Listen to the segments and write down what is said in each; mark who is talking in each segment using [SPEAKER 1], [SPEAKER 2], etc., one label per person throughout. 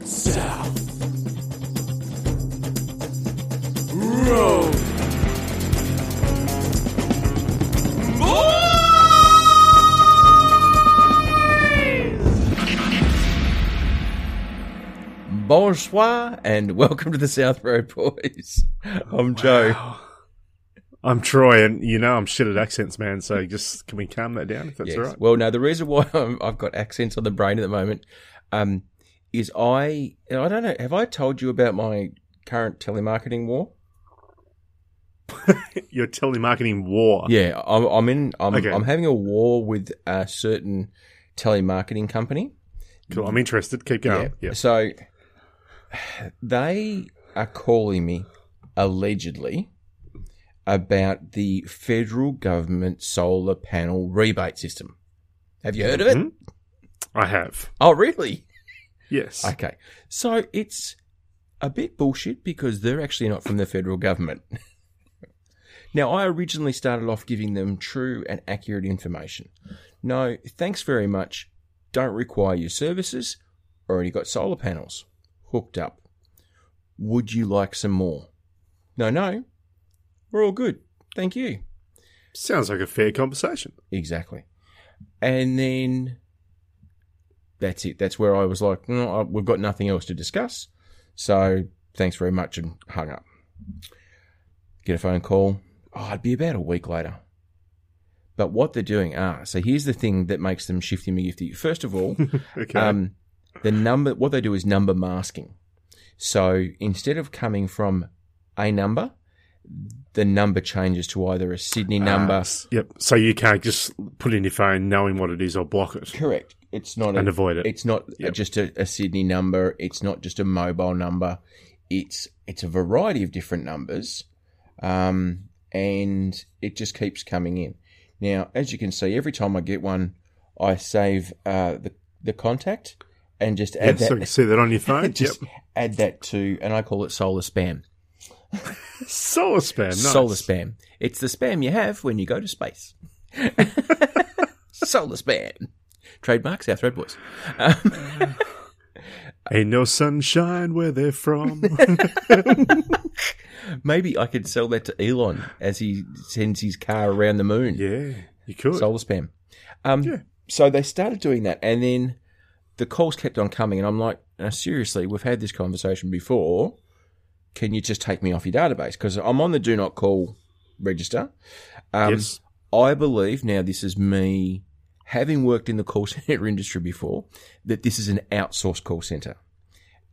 [SPEAKER 1] South Road.
[SPEAKER 2] Bonsoir and welcome to the South Road Boys.
[SPEAKER 3] Oh,
[SPEAKER 2] I'm Joe.
[SPEAKER 3] I'm Troy, and you know I'm shit at accents, man. So just can we calm that down if that's
[SPEAKER 2] Yes.
[SPEAKER 3] all right?
[SPEAKER 2] Well, no, the reason why I'm, I've got accents on the brain at the moment um, is I I don't know. Have I told you about my current telemarketing war?
[SPEAKER 3] You're telemarketing war.
[SPEAKER 2] Yeah, I'm, I'm in. I'm,
[SPEAKER 3] Okay.
[SPEAKER 2] I'm having a war with a certain telemarketing company.
[SPEAKER 3] Cool. I'm interested. Keep going. Yeah.
[SPEAKER 2] So they are calling me allegedly about the federal government solar panel rebate system. Have you heard of it?
[SPEAKER 3] Mhm. I have.
[SPEAKER 2] Oh, really?
[SPEAKER 3] Yes.
[SPEAKER 2] Okay. So it's a bit bullshit because they're actually not from the federal government. now, I originally started off giving them true and accurate information. No, thanks very much. Don't require your services. Already got solar panels hooked up. Would you like some more? No, no. We're all good. Thank you.
[SPEAKER 3] Sounds like a fair conversation.
[SPEAKER 2] Exactly. And then that's it. That's where I was like, no, I- we've got nothing else to discuss. So thanks very much and hung up. Get a phone call. Oh, it'd be about a week later. But what they're doing are so here's the thing that makes them shifty me gifty. First of all,
[SPEAKER 3] Okay.
[SPEAKER 2] um, the number what they do is number masking. So instead of coming from a number, the number changes to either a Sydney number.
[SPEAKER 3] Uh, yep. So you can't just put it in your phone knowing what it is or block it.
[SPEAKER 2] Correct. It's not
[SPEAKER 3] And
[SPEAKER 2] a,
[SPEAKER 3] avoid it.
[SPEAKER 2] It's not
[SPEAKER 3] Yep.
[SPEAKER 2] just a, a Sydney number. It's not just a mobile number. It's it's a variety of different numbers, um, and it just keeps coming in. Now, as you can see, every time I get one, I save uh, the the contact and just
[SPEAKER 3] Yeah,
[SPEAKER 2] add
[SPEAKER 3] so you can
[SPEAKER 2] that.
[SPEAKER 3] see that on your phone.
[SPEAKER 2] Just
[SPEAKER 3] yep.
[SPEAKER 2] add that to, and I call it solar spam.
[SPEAKER 3] Solar spam. Nice.
[SPEAKER 2] Solar spam. It's the spam you have when you go to space. solar spam. Trademark South Red Boys. Um,
[SPEAKER 3] Ain't no sunshine where they're from.
[SPEAKER 2] Maybe I could sell that to Elon as he sends his car around the moon.
[SPEAKER 3] yeah. You could.
[SPEAKER 2] Solar spam. Um,
[SPEAKER 3] Yeah.
[SPEAKER 2] So they started doing that, and then the calls kept on coming, and I'm like, "Now, seriously, we've had this conversation before. Can you just take me off your database? Because I'm on the do not call register. Um,
[SPEAKER 3] yes.
[SPEAKER 2] I believe now this is me having worked in the call center industry before that this is an outsourced call center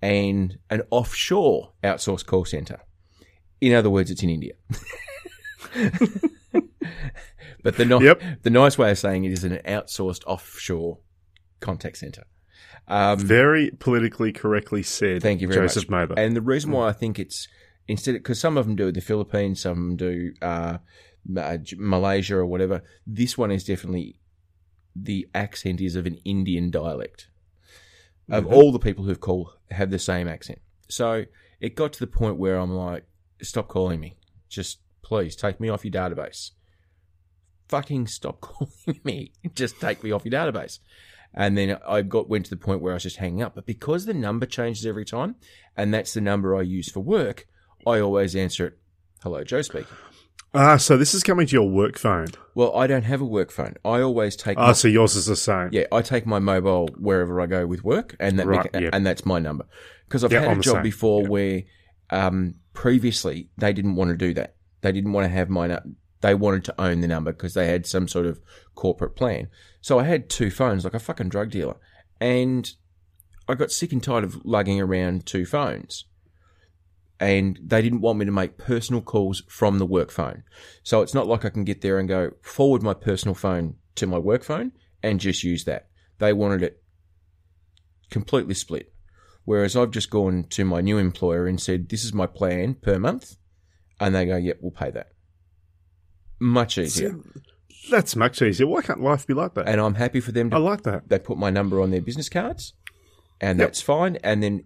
[SPEAKER 2] and an offshore outsourced call center. In other words, it's in India. but the, ni-
[SPEAKER 3] Yep.
[SPEAKER 2] the nice way of saying it is an outsourced offshore contact center. Um,
[SPEAKER 3] Very politically correctly said.
[SPEAKER 2] Thank you very
[SPEAKER 3] Joseph
[SPEAKER 2] much.
[SPEAKER 3] Moba.
[SPEAKER 2] And the reason why I think it's instead because some of them do the Philippines, some of them do uh, Ma- J- Malaysia or whatever. This one is definitely the accent is of an Indian dialect. Of all the people who've called, have the same accent. So it got to the point where I'm like, stop calling me. Just please take me off your database. Fucking stop calling me. Just take me off your database. And then I got went to the point where I was just hanging up. But because the number changes every time, and that's the number I use for work, I always answer it. Hello, Joe speaking.
[SPEAKER 3] Ah, so this is coming to your work phone.
[SPEAKER 2] Well, I don't have a work phone. I always take
[SPEAKER 3] Ah,
[SPEAKER 2] my,
[SPEAKER 3] so yours is the same.
[SPEAKER 2] yeah, I take my mobile wherever I go with work, and that
[SPEAKER 3] Right,
[SPEAKER 2] beca-
[SPEAKER 3] yeah.
[SPEAKER 2] and that's my number because I've
[SPEAKER 3] Yeah,
[SPEAKER 2] had
[SPEAKER 3] I'm
[SPEAKER 2] a
[SPEAKER 3] the
[SPEAKER 2] job
[SPEAKER 3] same.
[SPEAKER 2] before where um, previously they didn't want to do that. They didn't want to have my nu- they wanted to own the number because they had some sort of corporate plan. So I had two phones, like a fucking drug dealer, and I got sick and tired of lugging around two phones. And they didn't want me to make personal calls from the work phone. So it's not like I can get there and go forward my personal phone to my work phone and just use that. They wanted it completely split. Whereas I've just gone to my new employer and said, this is my plan per month. And they go, yep, we'll pay that. Much easier.
[SPEAKER 3] That's much easier. Why can't life be like that?
[SPEAKER 2] And I'm happy for them to
[SPEAKER 3] I like that.
[SPEAKER 2] they put my number on their business cards, and
[SPEAKER 3] Yep.
[SPEAKER 2] that's fine. And then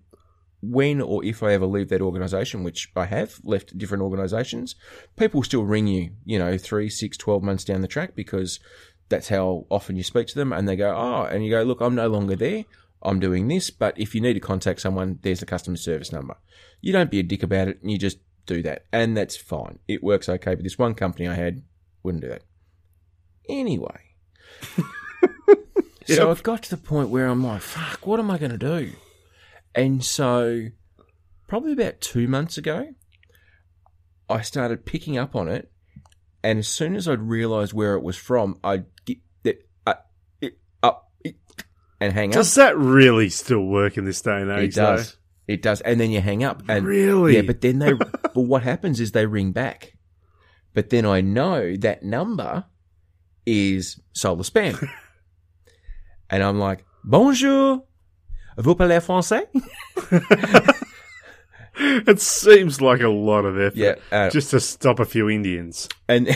[SPEAKER 2] when or if I ever leave that organisation, which I have left different organisations, people still ring you, you know, three, six, twelve months down "Ah," the track because that's how often you speak to them, and they go, oh, and you go, look, I'm no longer there. I'm doing this, but if you need to contact someone, there's the customer service number. You don't be a dick about it, and you just do that, and that's fine. It works okay, but this one company I had wouldn't do that. Anyway, so I've got to the point where I'm like, fuck, what am I going to do? And so, probably about two months ago, I started picking up on it, and as soon as I'd realised where it was from, I'd get it, uh, it up it, and hang up.
[SPEAKER 3] Does that really still work in this day and age?
[SPEAKER 2] It does.
[SPEAKER 3] though?
[SPEAKER 2] It does. And then you hang up. And
[SPEAKER 3] Really?
[SPEAKER 2] Yeah, but then they but what happens is they ring back. But then I know that number is solar spam. and I'm like, Bonjour. Vous parlez français?
[SPEAKER 3] It seems like a lot of effort.
[SPEAKER 2] Yeah. uh,
[SPEAKER 3] Just to stop a few Indians.
[SPEAKER 2] and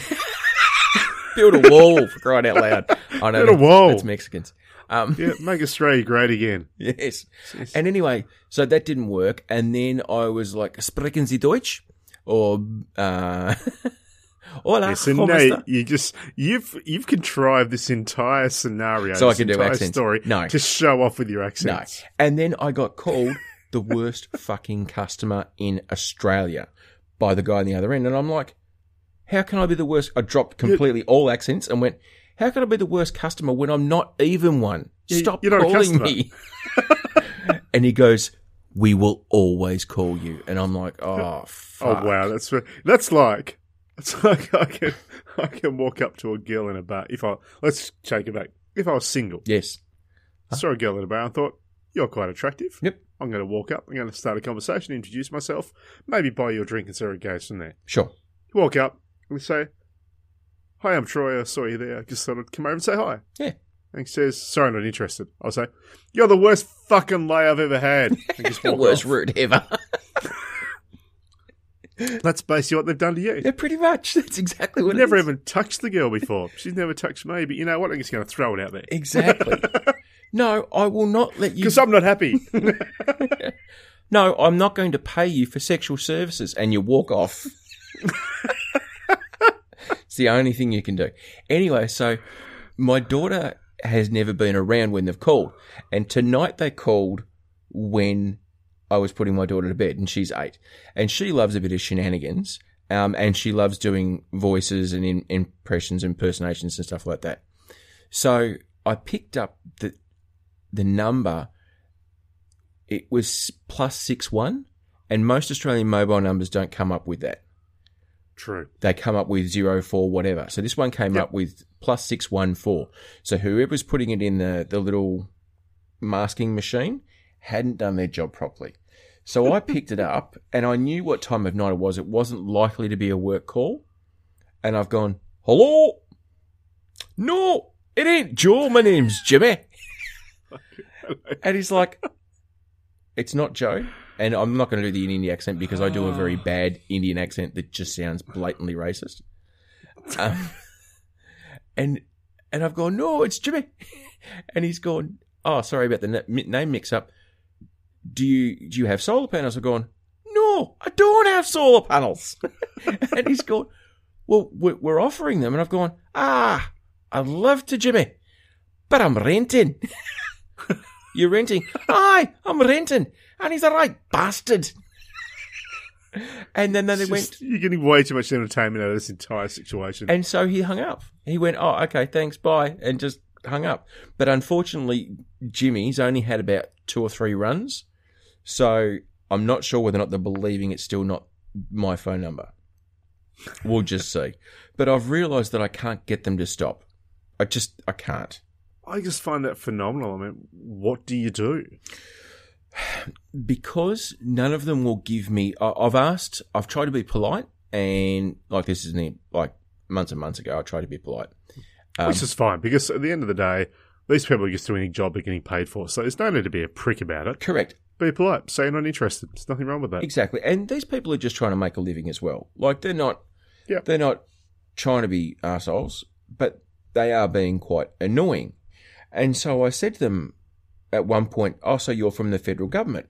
[SPEAKER 2] build a wall for crying out loud. I know
[SPEAKER 3] Build a
[SPEAKER 2] that's-
[SPEAKER 3] wall.
[SPEAKER 2] That's Mexicans. Um,
[SPEAKER 3] Yeah, make Australia great again.
[SPEAKER 2] Yes. And anyway, so that didn't work. And then I was like, sprechen Sie Deutsch? Or, uh, hola,
[SPEAKER 3] Yes, and
[SPEAKER 2] ¿cómo
[SPEAKER 3] Nate,
[SPEAKER 2] está?
[SPEAKER 3] you just you've you've contrived this entire scenario,
[SPEAKER 2] So I
[SPEAKER 3] this
[SPEAKER 2] can do
[SPEAKER 3] entire
[SPEAKER 2] accents.
[SPEAKER 3] story,
[SPEAKER 2] No.
[SPEAKER 3] to show off with your
[SPEAKER 2] No.
[SPEAKER 3] accents.
[SPEAKER 2] And then I got called the worst fucking customer in Australia by the guy on the other end. And I'm like, how can I be the worst? I dropped completely all accents and went, how can I be the worst customer when I'm not even one?
[SPEAKER 3] You-
[SPEAKER 2] Stop
[SPEAKER 3] you're not a
[SPEAKER 2] calling
[SPEAKER 3] customer."
[SPEAKER 2] me. and he goes, we will always call you. And I'm like, oh, fuck.
[SPEAKER 3] Oh wow, that's re- that's like that's like I can I can walk up to a girl in a bar if I let's take it back. If I was single,
[SPEAKER 2] Yes.
[SPEAKER 3] saw a girl in a bar and thought you're quite attractive.
[SPEAKER 2] Yep.
[SPEAKER 3] I'm going to walk up. I'm going to start a conversation, introduce myself, maybe buy you a drink, and see where it goes from there.
[SPEAKER 2] Sure.
[SPEAKER 3] You walk up and say, "Hi, I'm Troy. I saw you there. I just thought I'd come over and say hi."
[SPEAKER 2] Yeah.
[SPEAKER 3] And he says, "Sorry, not interested." I'll say, "You're the worst fucking lay I've ever had." And just
[SPEAKER 2] The
[SPEAKER 3] walk
[SPEAKER 2] worst
[SPEAKER 3] off.
[SPEAKER 2] route ever.
[SPEAKER 3] That's basically what they've done to you.
[SPEAKER 2] yeah, pretty much. That's exactly what. it
[SPEAKER 3] never
[SPEAKER 2] is.
[SPEAKER 3] even touched the girl before. She's never touched me, but you know what? I'm just going to throw it out there
[SPEAKER 2] Exactly. no, I will not let you.
[SPEAKER 3] because I'm not happy.
[SPEAKER 2] no, I'm not going to pay you for sexual services, and you walk off. it's the only thing you can do. Anyway, so my daughter has never been around when they've called, and tonight they called when I was putting my daughter to bed, and she's eight, and she loves a bit of shenanigans, um, and she loves doing voices and in, impressions, impersonations, and stuff like that. So I picked up the the number. It was plus six one, and most Australian mobile numbers don't come up with that.
[SPEAKER 3] True.
[SPEAKER 2] They come up with zero four whatever. So this one came
[SPEAKER 3] Yep.
[SPEAKER 2] up with plus six one four. So whoever's putting it in the the little masking machine hadn't done their job properly. So I picked it up and I knew what time of night it was. It wasn't likely to be a work call. And I've gone, hello? No, it ain't Joe. My name's Jimmy. and he's like, it's not Joe. And I'm not going to do the Indian accent because I do a very bad Indian accent that just sounds blatantly racist. Um, and and I've gone, no, it's Jimmy. And he's gone, oh, sorry about the na- mi- name mix up. Do you do you have solar panels? I've gone, no, I don't have solar panels. and he's gone, well, we're we're offering them. And I've gone, ah, I'd love to, Jimmy, but I'm renting. You're renting. Hi, I'm renting. And he's a right bastard. and then, then they
[SPEAKER 3] It's
[SPEAKER 2] went,
[SPEAKER 3] just- you're getting way too much entertainment out of this entire situation.
[SPEAKER 2] and so he hung up. He went, "Oh, okay, thanks, bye," and just hung up. But unfortunately, Jimmy's only had about two or three runs, so I'm not sure whether or not they're believing it's still not my phone number. We'll just see. But I've realised that I can't get them to stop. I just I can't.
[SPEAKER 3] I just find that phenomenal. I mean, what do you do?
[SPEAKER 2] because none of them will give me. I, I've asked. I've tried to be polite, and like this is near- like months and months ago. I tried to be polite. Um,
[SPEAKER 3] Which is fine because at the end of the day, these people are just doing a job they're getting paid for, so there's no need to be a prick about it.
[SPEAKER 2] correct.
[SPEAKER 3] Be polite. Say you're not interested. There's nothing wrong with that.
[SPEAKER 2] Exactly. And these people are just trying to make a living as well. Like they're not
[SPEAKER 3] Yep.
[SPEAKER 2] they're not trying to be assholes, but they are being quite annoying. And so I said to them at one point, Oh, so you're from the federal government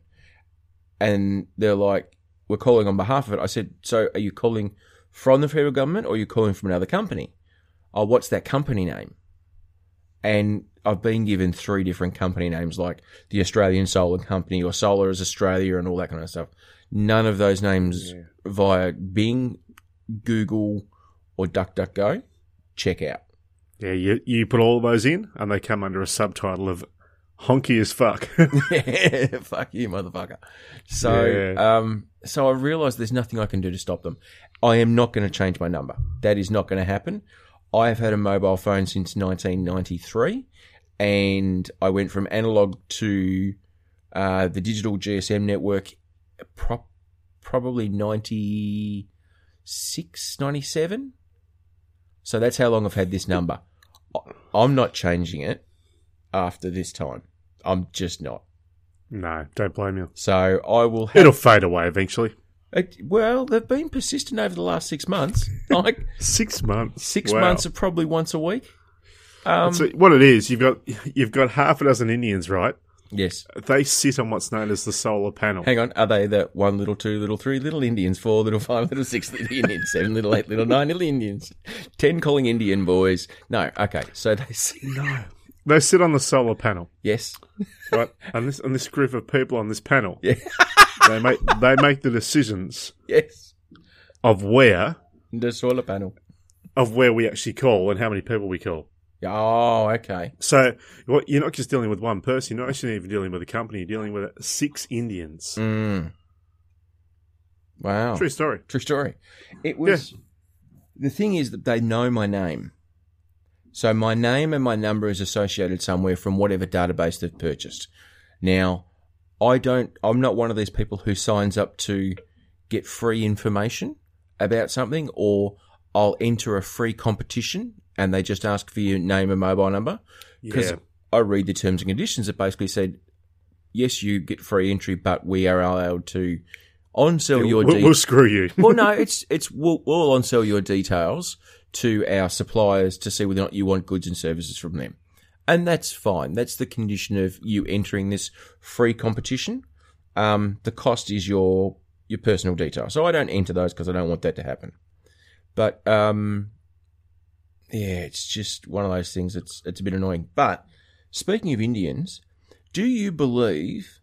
[SPEAKER 2] and they're like, We're calling on behalf of it. I said, So are you calling from the federal government or are you calling from another company? Oh, what's that company name? And I I've been given three different company names, like the Australian Solar Company or Solar as Australia and all that kind of stuff. None of those names
[SPEAKER 3] Yeah.
[SPEAKER 2] via Bing, Google, or DuckDuckGo. Check out.
[SPEAKER 3] Yeah, you, you put all those in and they come under a subtitle of honky as fuck.
[SPEAKER 2] Fuck you, motherfucker. So,
[SPEAKER 3] Yeah.
[SPEAKER 2] um, so I realised there's nothing I can do to stop them. I am not going to change my number. That is not going to happen. I have had a mobile phone since 1993, and I went from analog to uh, the digital GSM network, pro- probably 96, 97. So that's how long I've had this number. I- I'm not changing it after this time. I'm just not.
[SPEAKER 3] no, don't blame you.
[SPEAKER 2] So I will. Have,
[SPEAKER 3] It'll fade away eventually.
[SPEAKER 2] it, well, they've been persistent over the last six months. Like
[SPEAKER 3] Six months.
[SPEAKER 2] six
[SPEAKER 3] Wow.
[SPEAKER 2] months of probably once a week. Um,
[SPEAKER 3] So what it is, you've got you've got half a dozen Indians, right?
[SPEAKER 2] yes.
[SPEAKER 3] They sit on what's known as the solar panel.
[SPEAKER 2] Hang on. Are they the one little, two little, three little Indians, four little, five little, six little Indians, seven little, eight little, nine little Indians, ten calling Indian boys? No. Okay. So they. No.
[SPEAKER 3] They sit on the solar panel,
[SPEAKER 2] Yes.
[SPEAKER 3] right? and this and this group of people on this panel,
[SPEAKER 2] Yeah.
[SPEAKER 3] they make they make the decisions
[SPEAKER 2] Yes.
[SPEAKER 3] of where
[SPEAKER 2] The solar panel.
[SPEAKER 3] of where we actually call and how many people we call.
[SPEAKER 2] Oh, okay.
[SPEAKER 3] So what- you're not just dealing with one person; you're not actually even dealing with a company. You're dealing with six Indians.
[SPEAKER 2] Mm. Wow.
[SPEAKER 3] True story.
[SPEAKER 2] True story. It was the thing is that they know my name. So my name and my number is associated somewhere from whatever database they've purchased. Now, I don't I'm not one of these people who signs up to get free information about something or I'll enter a free competition and they just ask for your name and mobile number because
[SPEAKER 3] Yeah,
[SPEAKER 2] I read the terms and conditions that basically said, yes, you get free entry, but we are allowed to on sell your
[SPEAKER 3] we'll,
[SPEAKER 2] details
[SPEAKER 3] we'll screw you.
[SPEAKER 2] well, no, it's it's we'll, we'll on sell your details to our suppliers to see whether or not you want goods and services from them, and that's fine. That's the condition of you entering this free competition. Um, the cost is your your personal detail, so I don't enter those because I don't want that to happen. But um, yeah, it's just one of those things. It's it's a bit annoying. But speaking of Indians, do you believe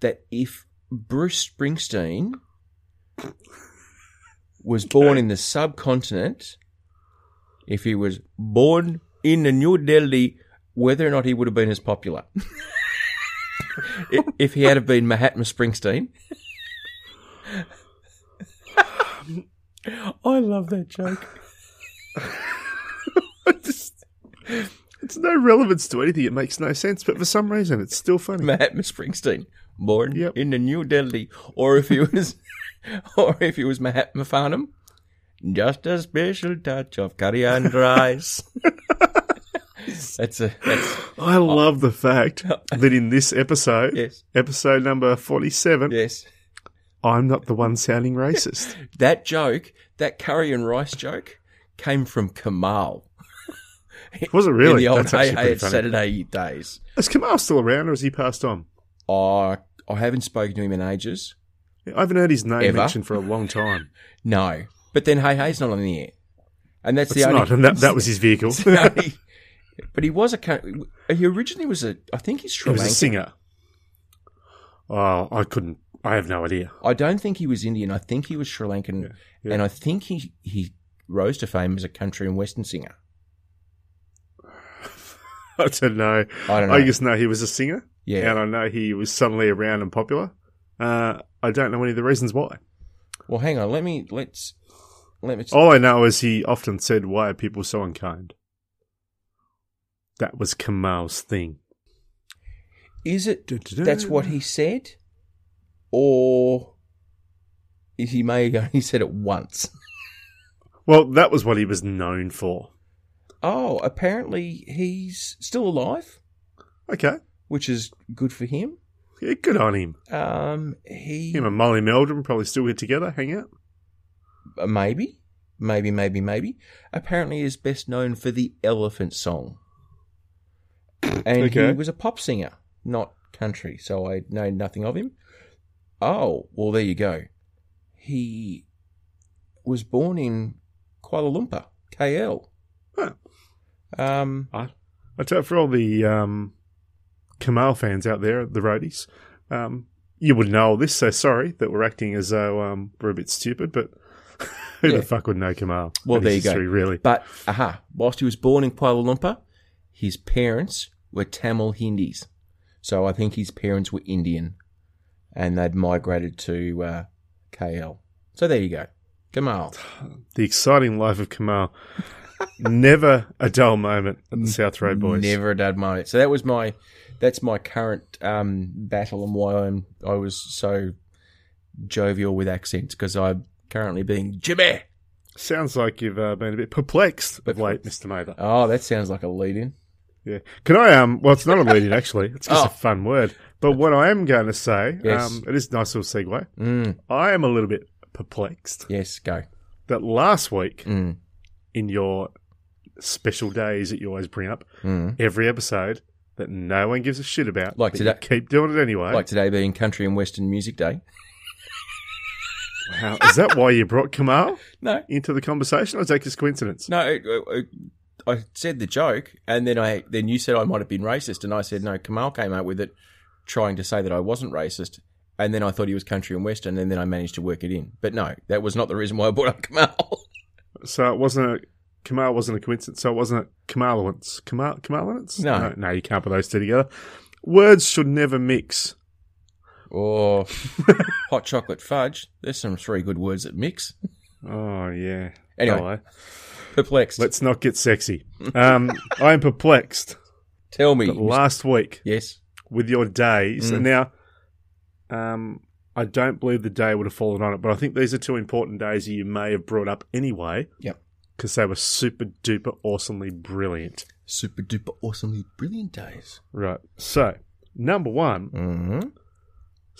[SPEAKER 2] that if Bruce Springsteen was born in the subcontinent, if he was born in the New Delhi, whether or not he would have been as popular. I- if he had have been Mahatma Springsteen. I love that joke.
[SPEAKER 3] Just- it's no relevance to anything. It makes no sense, but for some reason, it's still funny.
[SPEAKER 2] Mahatma Springsteen, born
[SPEAKER 3] Yep.
[SPEAKER 2] in the New Delhi, or if he was, or if he was Mahatma Farnham, just a special touch of curry and rice. that's a that's
[SPEAKER 3] I love the fact that in this episode,
[SPEAKER 2] yes,
[SPEAKER 3] episode number 47,
[SPEAKER 2] yes.
[SPEAKER 3] I'm not the one sounding racist.
[SPEAKER 2] That joke, that curry and rice joke, came from Kamal
[SPEAKER 3] Was it really?
[SPEAKER 2] in the old
[SPEAKER 3] That's
[SPEAKER 2] Hey
[SPEAKER 3] actually
[SPEAKER 2] Hey
[SPEAKER 3] pretty
[SPEAKER 2] It's
[SPEAKER 3] funny.
[SPEAKER 2] Saturday days.
[SPEAKER 3] Is Kamal still around or has he passed on?
[SPEAKER 2] I I haven't spoken to him in ages.
[SPEAKER 3] I haven't heard his name
[SPEAKER 2] Ever.
[SPEAKER 3] mentioned for a long time.
[SPEAKER 2] No, but then Hey Hey's not on the air, and that's
[SPEAKER 3] It's
[SPEAKER 2] the only
[SPEAKER 3] not, and that, that was his vehicle. he
[SPEAKER 2] No, he- but he was a. co- He originally was a. I think he's Sri
[SPEAKER 3] was a
[SPEAKER 2] Lankan.
[SPEAKER 3] singer. Oh, I couldn't. I have no idea.
[SPEAKER 2] I don't think he was Indian. I think he was Sri Lankan,
[SPEAKER 3] yeah.
[SPEAKER 2] and I think he he rose to fame as a country and western singer.
[SPEAKER 3] I don't know.
[SPEAKER 2] I don't know.
[SPEAKER 3] I just know he was a singer,
[SPEAKER 2] yeah.
[SPEAKER 3] and I know he was suddenly around and popular. Uh, I don't know any of the reasons why.
[SPEAKER 2] Well, hang on. Let me let's let me.
[SPEAKER 3] All I know is he often said, Why are people so unkind? That was Kamal's thing.
[SPEAKER 2] Is it
[SPEAKER 3] Dun-dun-dun.
[SPEAKER 2] that's what he said, or is he may have only said it once?
[SPEAKER 3] Well, that was what he was known for.
[SPEAKER 2] Oh, apparently he's still alive,
[SPEAKER 3] Okay.
[SPEAKER 2] which is good for him.
[SPEAKER 3] Yeah, good on him.
[SPEAKER 2] Um, he
[SPEAKER 3] Him and Molly Meldrum probably still get together, hang out.
[SPEAKER 2] Uh, maybe, maybe, maybe, maybe. Apparently, is best known for the Elephant Song, and he
[SPEAKER 3] Okay.
[SPEAKER 2] was a pop singer, not country. So I know nothing of him. Oh well, there you go. He was born in Kuala Lumpur, KL.
[SPEAKER 3] Huh.
[SPEAKER 2] Um,
[SPEAKER 3] I, I tell for all the um, Kamal fans out there, the roadies, um, you would know all this. So sorry that we're acting as though um, we're a bit stupid, but who
[SPEAKER 2] Yeah.
[SPEAKER 3] the fuck would know Kamal?
[SPEAKER 2] Well,
[SPEAKER 3] and
[SPEAKER 2] there
[SPEAKER 3] his
[SPEAKER 2] you go.
[SPEAKER 3] history, Really,
[SPEAKER 2] But aha, whilst he was born in Kuala Lumpur, his parents were Tamil Hindis. So I think his parents were Indian and they'd migrated to uh, KL. So there you go. Kamal.
[SPEAKER 3] the exciting life of Kamal. Never a dull moment at the South Road Boys.
[SPEAKER 2] Never a dad moment. So that was my that's my current um, battle and why I'm I was so jovial with accents because I'm currently being Jimmy.
[SPEAKER 3] Sounds like you've uh, been a bit perplexed of late,
[SPEAKER 2] Perplexed.
[SPEAKER 3] Mister Mather.
[SPEAKER 2] Oh, that sounds like a lead in.
[SPEAKER 3] Yeah. Can I um well it's not a lead in actually. It's just
[SPEAKER 2] Oh.
[SPEAKER 3] a fun word. But what I am going to say,
[SPEAKER 2] Yes.
[SPEAKER 3] um it is a nice little segue.
[SPEAKER 2] Mm,
[SPEAKER 3] I am a little bit perplexed
[SPEAKER 2] yes, go.
[SPEAKER 3] that last week
[SPEAKER 2] Mm,
[SPEAKER 3] in your special days that you always bring up
[SPEAKER 2] mm.
[SPEAKER 3] every episode that no one gives a shit about.
[SPEAKER 2] Like
[SPEAKER 3] but you
[SPEAKER 2] today.
[SPEAKER 3] keep doing it anyway.
[SPEAKER 2] Like today being Country and Western Music Day.
[SPEAKER 3] wow. Is that why you brought Kamal
[SPEAKER 2] No,
[SPEAKER 3] into the conversation or is that just coincidence?
[SPEAKER 2] No, it, it, it, I said the joke, and then I then you said I might have been racist, and I said no. Kamal came out with it, trying to say that I wasn't racist, and then I thought he was country and western, and then I managed to work it in. But no, that was not the reason why I brought up Kamal.
[SPEAKER 3] So it wasn't a Kamal wasn't a coincidence. So it wasn't a Kamalowance. Kamal Kamalowance?
[SPEAKER 2] No.
[SPEAKER 3] no. No, you can't put those two together. Words should never mix.
[SPEAKER 2] or Oh, hot chocolate fudge. There's some three good words that mix.
[SPEAKER 3] Oh yeah.
[SPEAKER 2] Anyway,
[SPEAKER 3] Hello.
[SPEAKER 2] perplexed.
[SPEAKER 3] let's not get sexy. Um, I am perplexed.
[SPEAKER 2] Tell me.
[SPEAKER 3] But last week
[SPEAKER 2] yes.
[SPEAKER 3] with your days,
[SPEAKER 2] Mm.
[SPEAKER 3] and now, um, I don't believe the day would have fallen on it, but I think these are two important days that you may have brought up anyway.
[SPEAKER 2] Yep.
[SPEAKER 3] Because they were super duper awesomely brilliant.
[SPEAKER 2] Super duper awesomely brilliant days.
[SPEAKER 3] Right. So number one,
[SPEAKER 2] hmm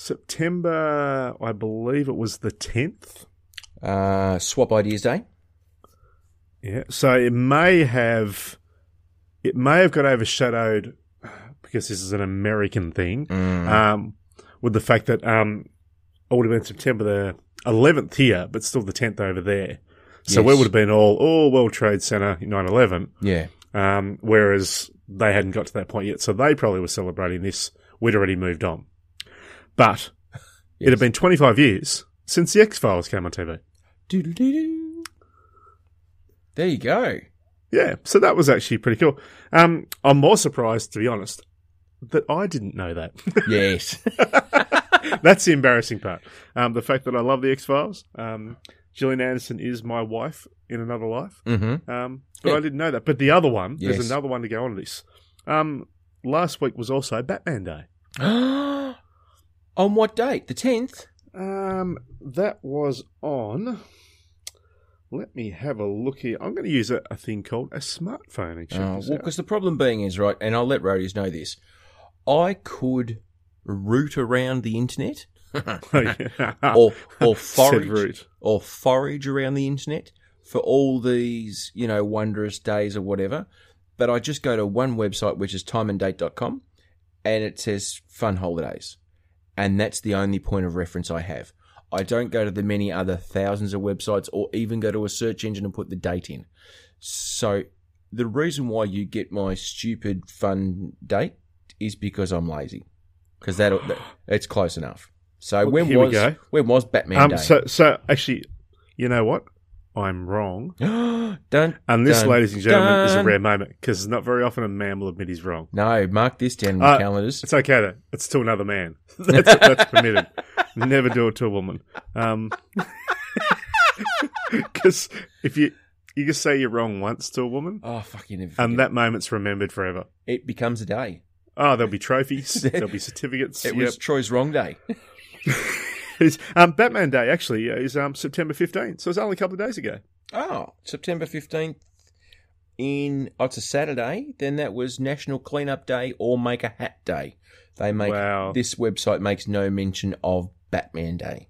[SPEAKER 3] September, I believe it was the tenth.
[SPEAKER 2] Uh, swap ideas day.
[SPEAKER 3] Yeah. So it may have it may have got overshadowed because this is an American thing.
[SPEAKER 2] Mm.
[SPEAKER 3] Um, with the fact that um, it would have been September the 11th here, but still the 10th over there. So
[SPEAKER 2] Yes.
[SPEAKER 3] we would have been all, oh, World Trade Center 9/11,
[SPEAKER 2] Yeah.
[SPEAKER 3] um, whereas they hadn't got to that point yet. So they probably were celebrating this. We'd already moved on, but it had been 25 years since the X Files came on TV.
[SPEAKER 2] Doodle-doo-doo. There you go.
[SPEAKER 3] Yeah, so that was actually pretty cool. Um, I'm more surprised, to be honest, that I didn't know that.
[SPEAKER 2] Yes.
[SPEAKER 3] That's the embarrassing part. Um, the fact that I love the X Files. Um, Gillian Anderson is my wife in another life.
[SPEAKER 2] mm-hmm.
[SPEAKER 3] Um, but
[SPEAKER 2] Yeah.
[SPEAKER 3] I didn't know that. But the other one,
[SPEAKER 2] Yes.
[SPEAKER 3] there's another one to go on this. Um, last week was also Batman Day.
[SPEAKER 2] on what date? The tenth.
[SPEAKER 3] Um, that was on. Let me have a look here. I'm going to use a, a thing called a smartphone. And check
[SPEAKER 2] Oh,
[SPEAKER 3] this
[SPEAKER 2] well,
[SPEAKER 3] out.
[SPEAKER 2] because the problem being is right, and I'll let roadies know this. I could root around the internet,
[SPEAKER 3] Ah.
[SPEAKER 2] or or
[SPEAKER 3] Said
[SPEAKER 2] forage,
[SPEAKER 3] root.
[SPEAKER 2] or forage around the internet for all these you know wondrous days or whatever. But I just go to one website, which is timeanddate.com, and it says fun holidays, and that's the only point of reference I have. I don't go to the many other thousands of websites or even go to a search engine and put the date in. So the reason why you get my stupid fun date is because I'm lazy. Because that it's close enough. So
[SPEAKER 3] Well,
[SPEAKER 2] when
[SPEAKER 3] here we
[SPEAKER 2] was
[SPEAKER 3] go.
[SPEAKER 2] when was Batman
[SPEAKER 3] Um,
[SPEAKER 2] Day?
[SPEAKER 3] so, so actually, you know what? I'm wrong.
[SPEAKER 2] Dun.
[SPEAKER 3] And this,
[SPEAKER 2] Dun,
[SPEAKER 3] ladies and gentlemen, is a
[SPEAKER 2] dun.
[SPEAKER 3] rare moment because not very often a man will admit he's wrong.
[SPEAKER 2] No, mark this down in the
[SPEAKER 3] Uh,
[SPEAKER 2] calendars.
[SPEAKER 3] It's okay though. It's to another man. That's, that's permitted. Never do it to a woman. Um, because if you you just say you're wrong once to a woman,
[SPEAKER 2] Oh fuck! You never. Forget.
[SPEAKER 3] and that moment's remembered forever.
[SPEAKER 2] it becomes a day.
[SPEAKER 3] Oh, there'll be trophies. there'll be certificates.
[SPEAKER 2] It was Troy's wrong day.
[SPEAKER 3] Yep. um, Batman Day actually is um, September 15th, so it's only a couple of days ago.
[SPEAKER 2] Oh, September 15th in, oh, it's a Saturday. Then that was National Cleanup Day or Make a Hat Day. They make,
[SPEAKER 3] Wow.
[SPEAKER 2] this website makes no mention of Batman Day.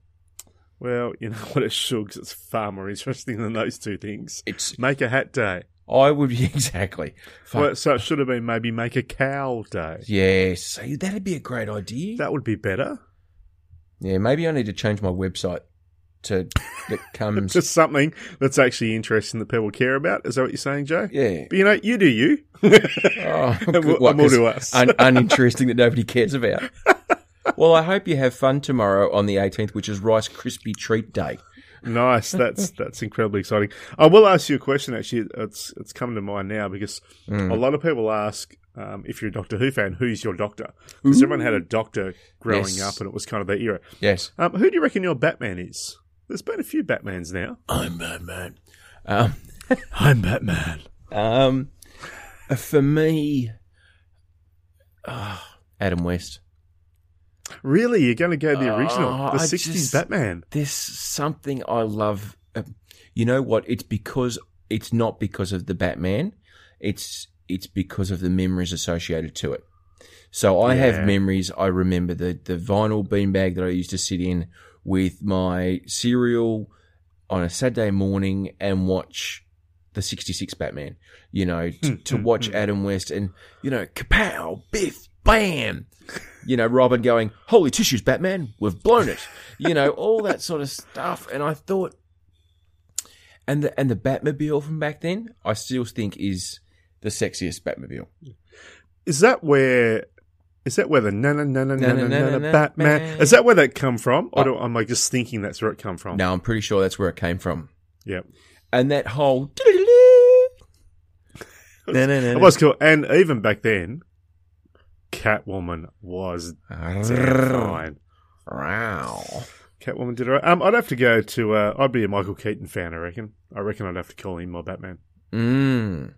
[SPEAKER 3] Well, you know what, it shugs. It's far more interesting than those two things.
[SPEAKER 2] It's,
[SPEAKER 3] Make a hat day.
[SPEAKER 2] I would, exactly. Fuck.
[SPEAKER 3] Well, so it should have been maybe make a cow day.
[SPEAKER 2] Yes, see, that'd be a great idea.
[SPEAKER 3] That would be better.
[SPEAKER 2] yeah, maybe I need to change my website to that comes.
[SPEAKER 3] Just something that's actually interesting that people care about. Is that what you're saying, Joe?
[SPEAKER 2] yeah.
[SPEAKER 3] But you know, you do you.
[SPEAKER 2] Oh,
[SPEAKER 3] And we'll-
[SPEAKER 2] one,
[SPEAKER 3] and we'll do
[SPEAKER 2] 'cause
[SPEAKER 3] us.
[SPEAKER 2] un- uninteresting that nobody cares about. Well, I hope you have fun tomorrow on the 18th, which is Rice Krispie Treat Day.
[SPEAKER 3] nice. That's that's incredibly exciting. I will ask you a question. Actually, it's it's come to mind now because a lot of people ask um, if you're a Doctor Who fan, who's your doctor? Because everyone had a doctor growing
[SPEAKER 2] Yes.
[SPEAKER 3] up, and it was kind of their era.
[SPEAKER 2] Yes.
[SPEAKER 3] Um, who do you reckon your Batman is? There's been a few Batmans now.
[SPEAKER 2] I'm Batman. Um,
[SPEAKER 3] I'm Batman.
[SPEAKER 2] um, for me, ah, Adam West.
[SPEAKER 3] Really, you're going to go the original,
[SPEAKER 2] Oh,
[SPEAKER 3] the
[SPEAKER 2] I
[SPEAKER 3] '60s
[SPEAKER 2] just-
[SPEAKER 3] Batman?
[SPEAKER 2] There's something I love. uh, You know what? It's because it's not because of the Batman. It's it's because of the memories associated to it. So I
[SPEAKER 3] Yeah.
[SPEAKER 2] have memories. I remember the the vinyl beanbag that I used to sit in with my cereal on a Saturday morning and watch the 66 Batman, you know, to, to watch Adam West and, you know, kapow, biff, bam, you know, Robin going, holy tissues, Batman, we've blown it, you know, all that sort of stuff. And I thought, and the, and the Batmobile from back then, I still think is the sexiest Batmobile.
[SPEAKER 3] Is that where? Is that where the na na na na na na na
[SPEAKER 2] na-
[SPEAKER 3] Batman?
[SPEAKER 2] man.
[SPEAKER 3] Is that where that come from? Or do, am I just thinking that's where it come from?
[SPEAKER 2] Now, I'm pretty sure that's where it came from.
[SPEAKER 3] Oh. Yep.
[SPEAKER 2] And that whole.
[SPEAKER 3] It was cool. And even back then, Catwoman was fine.
[SPEAKER 2] Wow.
[SPEAKER 3] Catwoman did alright. Um, I'd have to go to. Uh, I'd be a Michael Keaton fan. I reckon. I reckon I'd have to call him my Batman.
[SPEAKER 2] Mm.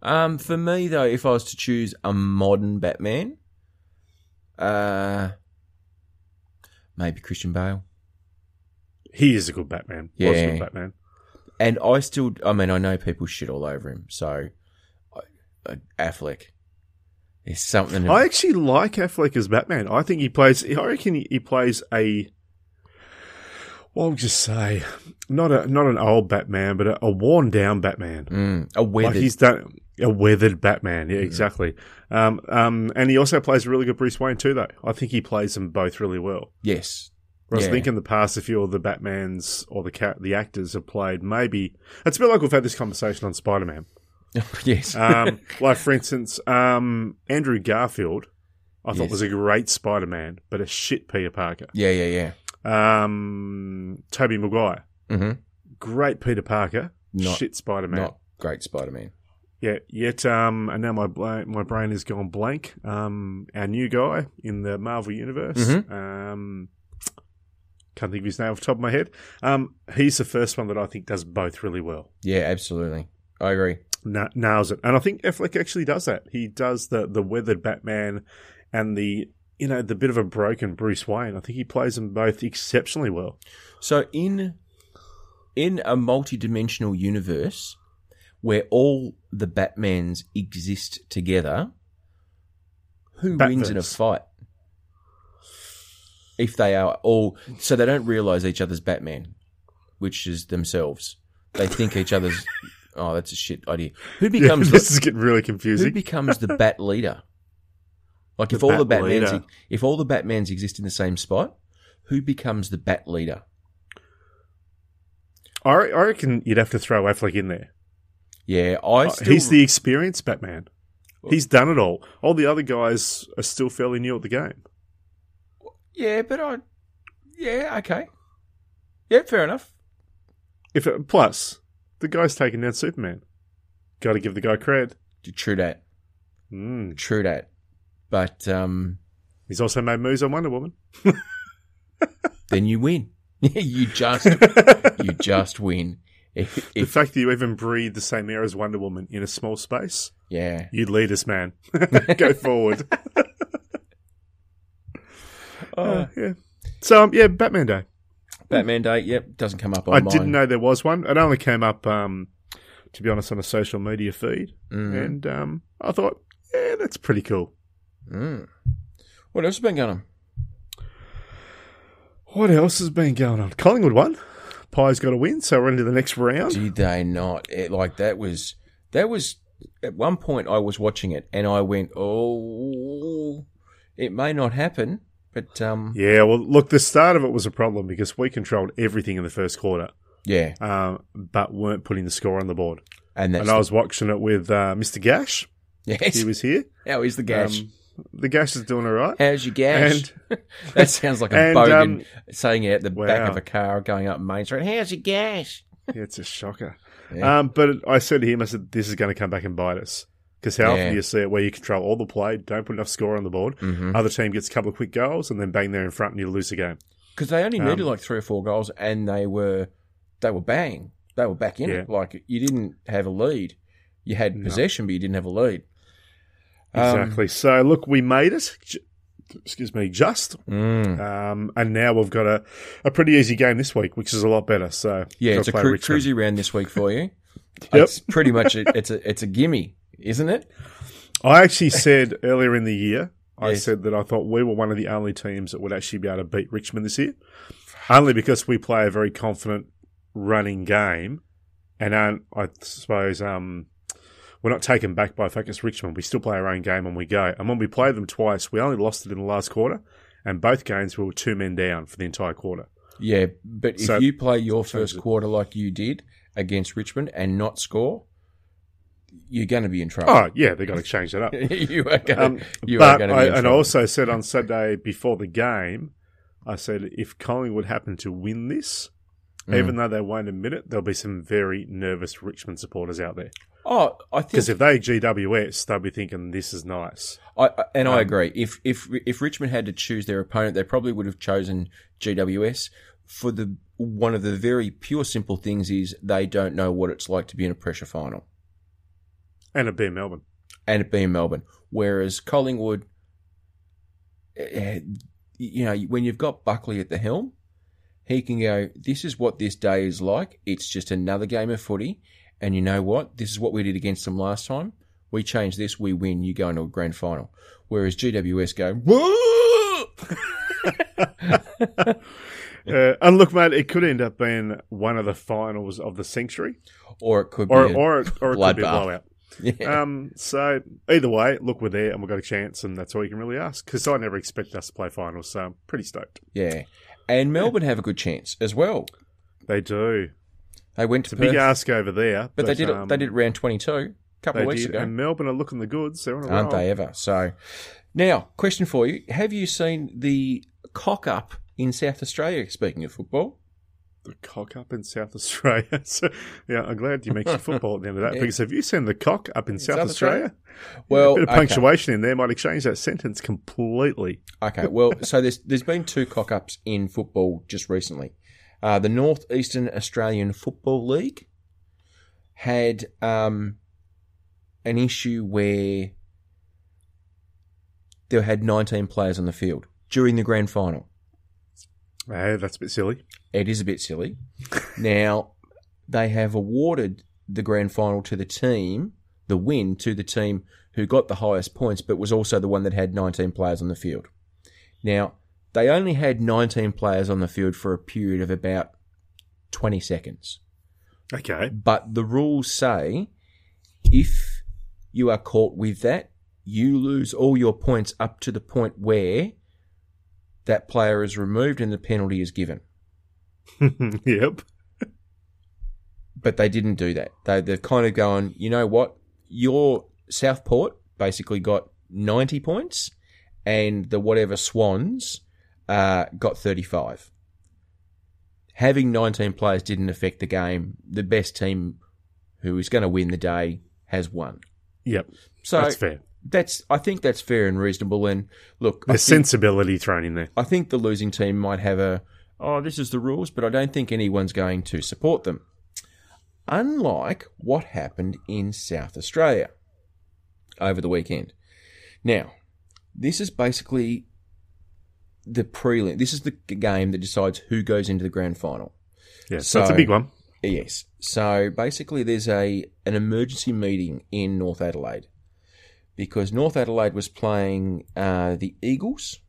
[SPEAKER 2] Um, for me though, if I was to choose a modern Batman, uh, maybe Christian Bale.
[SPEAKER 3] He is a good Batman. Was a
[SPEAKER 2] Yeah.
[SPEAKER 3] good Batman.
[SPEAKER 2] And I still, I mean, I know people shit all over him, so I, I, Affleck. There's something.
[SPEAKER 3] I actually like Affleck as Batman. I think he plays. I reckon he, he plays a. What would you say? Not a not an old Batman, but a, a worn down Batman.
[SPEAKER 2] Mm, a
[SPEAKER 3] Like
[SPEAKER 2] weathered.
[SPEAKER 3] he's done a weathered Batman. Yeah, exactly. Um, um, and he also plays a really good Bruce Wayne too, though. I think he plays them both really well.
[SPEAKER 2] yes.
[SPEAKER 3] Whereas I
[SPEAKER 2] Yeah.
[SPEAKER 3] think in the past, a few of the Batmans or the cat, the actors have played maybe. It's a bit like we've had this conversation on Spider Man.
[SPEAKER 2] yes.
[SPEAKER 3] Um, like for instance, um, Andrew Garfield, I thought
[SPEAKER 2] Yes.
[SPEAKER 3] was a great Spider Man, but a shit Peter Parker.
[SPEAKER 2] yeah. Yeah. Yeah.
[SPEAKER 3] Um, Toby Maguire,
[SPEAKER 2] hmm
[SPEAKER 3] great Peter Parker,
[SPEAKER 2] Not-
[SPEAKER 3] shit Spider Man.
[SPEAKER 2] Not great Spider-Man.
[SPEAKER 3] Yeah, yet um, and now my bla- my brain has gone blank. Um, our new guy in the Marvel universe.
[SPEAKER 2] Mhm.
[SPEAKER 3] Um, can't think of his name off the top of my head. Um, he's the first one that I think does both really well.
[SPEAKER 2] Yeah. Absolutely. I agree.
[SPEAKER 3] na- nails it. And I think Affleck actually does that. He does the the weathered Batman and the you know the bit of a broken Bruce Wayne. I think he plays them both exceptionally well.
[SPEAKER 2] So in in a multi-dimensional universe where all the Batmans exist together, who wins in a
[SPEAKER 3] Batverse.
[SPEAKER 2] fight? If they are all so they don't realize each other's Batman, which is themselves. They think each other's Oh, that's a shit idea. Who
[SPEAKER 3] Yeah,
[SPEAKER 2] becomes
[SPEAKER 3] this is getting really
[SPEAKER 2] who
[SPEAKER 3] confusing.
[SPEAKER 2] becomes the bat leader? Like if
[SPEAKER 3] The
[SPEAKER 2] all the
[SPEAKER 3] bat
[SPEAKER 2] Batmans
[SPEAKER 3] leader.
[SPEAKER 2] if all the Batmans exist in the same spot, who becomes the bat leader?
[SPEAKER 3] I, re- I reckon you'd have to throw Affleck in there.
[SPEAKER 2] Yeah, I
[SPEAKER 3] Uh,
[SPEAKER 2] still
[SPEAKER 3] He's the experienced Batman. He's done it all. All the other guys are still fairly new at the game.
[SPEAKER 2] Yeah, but I. Yeah, okay. Yeah, fair enough.
[SPEAKER 3] If it, plus the guy's taking down Superman, got to give the guy cred.
[SPEAKER 2] True dat.
[SPEAKER 3] Mm.
[SPEAKER 2] True dat. But um,
[SPEAKER 3] He's also made moves on Wonder Woman.
[SPEAKER 2] then you win. you just you just win. If,
[SPEAKER 3] the
[SPEAKER 2] if
[SPEAKER 3] fact that you even breathe the same air as Wonder Woman in a small space,
[SPEAKER 2] yeah.
[SPEAKER 3] you lead us, man. Go forward.
[SPEAKER 2] Oh.
[SPEAKER 3] Uh, yeah. So um, yeah, Batman Day.
[SPEAKER 2] Batman Day. Yep, doesn't come up on
[SPEAKER 3] I
[SPEAKER 2] mine.
[SPEAKER 3] didn't know there was one. It only came up, um, to be honest, on a social media feed,
[SPEAKER 2] Mm,
[SPEAKER 3] and um, I thought, yeah, that's pretty cool.
[SPEAKER 2] mm. What else has been going on?
[SPEAKER 3] What else has been going on? Collingwood won. Pye's got a win, so we're into the next round.
[SPEAKER 2] Did they not? It, like that was that was at one point I was watching it and I went, oh, it may not happen, But um,
[SPEAKER 3] Yeah, well, look, the start of it was a problem because we controlled everything in the first quarter,
[SPEAKER 2] yeah,
[SPEAKER 3] um, but weren't putting the score on the board.
[SPEAKER 2] and that's
[SPEAKER 3] and I was watching it with uh, Mr. Gash.
[SPEAKER 2] yes.
[SPEAKER 3] He was here.
[SPEAKER 2] How is the gash?
[SPEAKER 3] Um, the Gash is doing all right.
[SPEAKER 2] How's your gash? that sounds like a
[SPEAKER 3] and,
[SPEAKER 2] bogan
[SPEAKER 3] um,
[SPEAKER 2] saying it at the back
[SPEAKER 3] wow.
[SPEAKER 2] of a car going up Main Street. How's your gash?
[SPEAKER 3] Yeah, it's a shocker.
[SPEAKER 2] Yeah.
[SPEAKER 3] Um, but I said to him, I said, this is going to come back and bite us. Because how
[SPEAKER 2] Yeah.
[SPEAKER 3] often do you see it where you control all the play, don't put enough score on the board,
[SPEAKER 2] Mhm.
[SPEAKER 3] other team gets a couple of quick goals, and then bang, they're in front and you lose the game.
[SPEAKER 2] because they only needed
[SPEAKER 3] Um,
[SPEAKER 2] like three or four goals, and they were they were bang, they were back in it. Like you didn't have a lead, you had
[SPEAKER 3] No.
[SPEAKER 2] possession, but you didn't have a lead. Um,
[SPEAKER 3] Exactly. so, look, we made it. Ju- Excuse me, just.
[SPEAKER 2] mm.
[SPEAKER 3] Um, and now we've got a, a pretty easy game this week, which is a lot better. So
[SPEAKER 2] yeah,
[SPEAKER 3] gotta
[SPEAKER 2] it's a
[SPEAKER 3] play
[SPEAKER 2] cru-
[SPEAKER 3] Richmond.
[SPEAKER 2] cruisy round this week for you.
[SPEAKER 3] Yep.
[SPEAKER 2] It's pretty much a, it's a it's a gimme, isn't it?
[SPEAKER 3] I actually said earlier in the year, I
[SPEAKER 2] Yes.
[SPEAKER 3] said that I thought we were one of the only teams that would actually be able to beat Richmond this year, only because we play a very confident running game, and aren't, I suppose um, we're not taken back by the fact it's Richmond. We still play our own game and we go. And when we played them twice, we only lost it in the last quarter, and both games we were two men down for the entire quarter.
[SPEAKER 2] Yeah, but if
[SPEAKER 3] So-
[SPEAKER 2] you play your first
[SPEAKER 3] it.
[SPEAKER 2] quarter like you did against Richmond and not score, you're going to be in trouble.
[SPEAKER 3] Oh yeah, they got to change that up.
[SPEAKER 2] you are going.
[SPEAKER 3] Um,
[SPEAKER 2] you are
[SPEAKER 3] but
[SPEAKER 2] going to be
[SPEAKER 3] I,
[SPEAKER 2] in
[SPEAKER 3] and I
[SPEAKER 2] trouble.
[SPEAKER 3] also said on Saturday before the game, I said if Collingwood happen to win this,
[SPEAKER 2] Mm.
[SPEAKER 3] even though they won't admit it, there'll be some very nervous Richmond supporters out there
[SPEAKER 2] oh, I think
[SPEAKER 3] because if they GWS, they'll be thinking this is nice.
[SPEAKER 2] I, I- and I
[SPEAKER 3] Um,
[SPEAKER 2] agree. If if if Richmond had to choose their opponent, they probably would have chosen GWS for the one of the very pure simple things is they don't know what it's like to be in a pressure final
[SPEAKER 3] And it'd be Melbourne.
[SPEAKER 2] and it being Melbourne. Whereas Collingwood, eh, you know, when you've got Buckley at the helm, he can go. This is what this day is like. It's just another game of footy, and you know what? This is what we did against them last time. We change this, we win. You go into a grand final. Whereas GWS go. Whoa!
[SPEAKER 3] Uh, and look, mate, it could end up being one of the finals of the century,
[SPEAKER 2] or it could
[SPEAKER 3] or
[SPEAKER 2] be a-
[SPEAKER 3] or it- or it could be a
[SPEAKER 2] bloodbath.
[SPEAKER 3] blowout.
[SPEAKER 2] yeah.
[SPEAKER 3] Um, so either way, look, we're there and we've got a chance, and that's all you can really ask. Because I never expected us to play finals, so I'm pretty stoked.
[SPEAKER 2] yeah, and Melbourne have a good chance as well.
[SPEAKER 3] They do.
[SPEAKER 2] They went to
[SPEAKER 3] It's a
[SPEAKER 2] Perth,
[SPEAKER 3] big ask over there,
[SPEAKER 2] but, they did
[SPEAKER 3] um,
[SPEAKER 2] it. They did it round twenty two a couple
[SPEAKER 3] They
[SPEAKER 2] of weeks
[SPEAKER 3] did,
[SPEAKER 2] ago.
[SPEAKER 3] and Melbourne are looking the goods. They're on a
[SPEAKER 2] aren't
[SPEAKER 3] roll.
[SPEAKER 2] they ever? So, now question for you: Have you seen the cock up in South Australia? Speaking of football,
[SPEAKER 3] The cock up in South Australia. so, yeah, I'm glad you mentioned football at the end of that
[SPEAKER 2] Yeah.
[SPEAKER 3] because have you seen the cock up in South,
[SPEAKER 2] South Australia?
[SPEAKER 3] Australia?
[SPEAKER 2] well,
[SPEAKER 3] a bit of
[SPEAKER 2] okay.
[SPEAKER 3] punctuation in there might have changed that sentence completely.
[SPEAKER 2] Okay, well, so there's there's been two cock ups in football just recently. Uh, the Northeastern Australian Football League had um, an issue where there had 19 players on the field during the grand final.
[SPEAKER 3] Eh, that's a bit silly.
[SPEAKER 2] It is a bit silly. now, they have awarded the grand final to the team, the win to the team who got the highest points, but was also the one that had 19 players on the field. Now, they only had 19 players on the field for a period of about 20 seconds.
[SPEAKER 3] Okay.
[SPEAKER 2] But the rules say if you are caught with that, you lose all your points up to the point where that player is removed and the penalty is given.
[SPEAKER 3] yep.
[SPEAKER 2] but they didn't do that. They, they're kind of going, you know what? Your Southport basically got 90 points, and the whatever Swans uh, got 35. Having 19 players didn't affect the game. The best team who is going to win the day has won.
[SPEAKER 3] Yep.
[SPEAKER 2] So
[SPEAKER 3] that's
[SPEAKER 2] that's,
[SPEAKER 3] fair.
[SPEAKER 2] I think that's fair and reasonable. And look, I
[SPEAKER 3] There's
[SPEAKER 2] think,
[SPEAKER 3] sensibility thrown in there.
[SPEAKER 2] I think the losing team might have a oh, this is the rules, but I don't think anyone's going to support them. Unlike what happened in South Australia over the weekend. Now, this is basically the prelim. This is the g- game that decides who goes into the grand final.
[SPEAKER 3] Yeah. So, it's a
[SPEAKER 2] So-
[SPEAKER 3] big one.
[SPEAKER 2] Yes. So basically, there's a an emergency meeting in North Adelaide because North Adelaide was playing uh, the Eagles.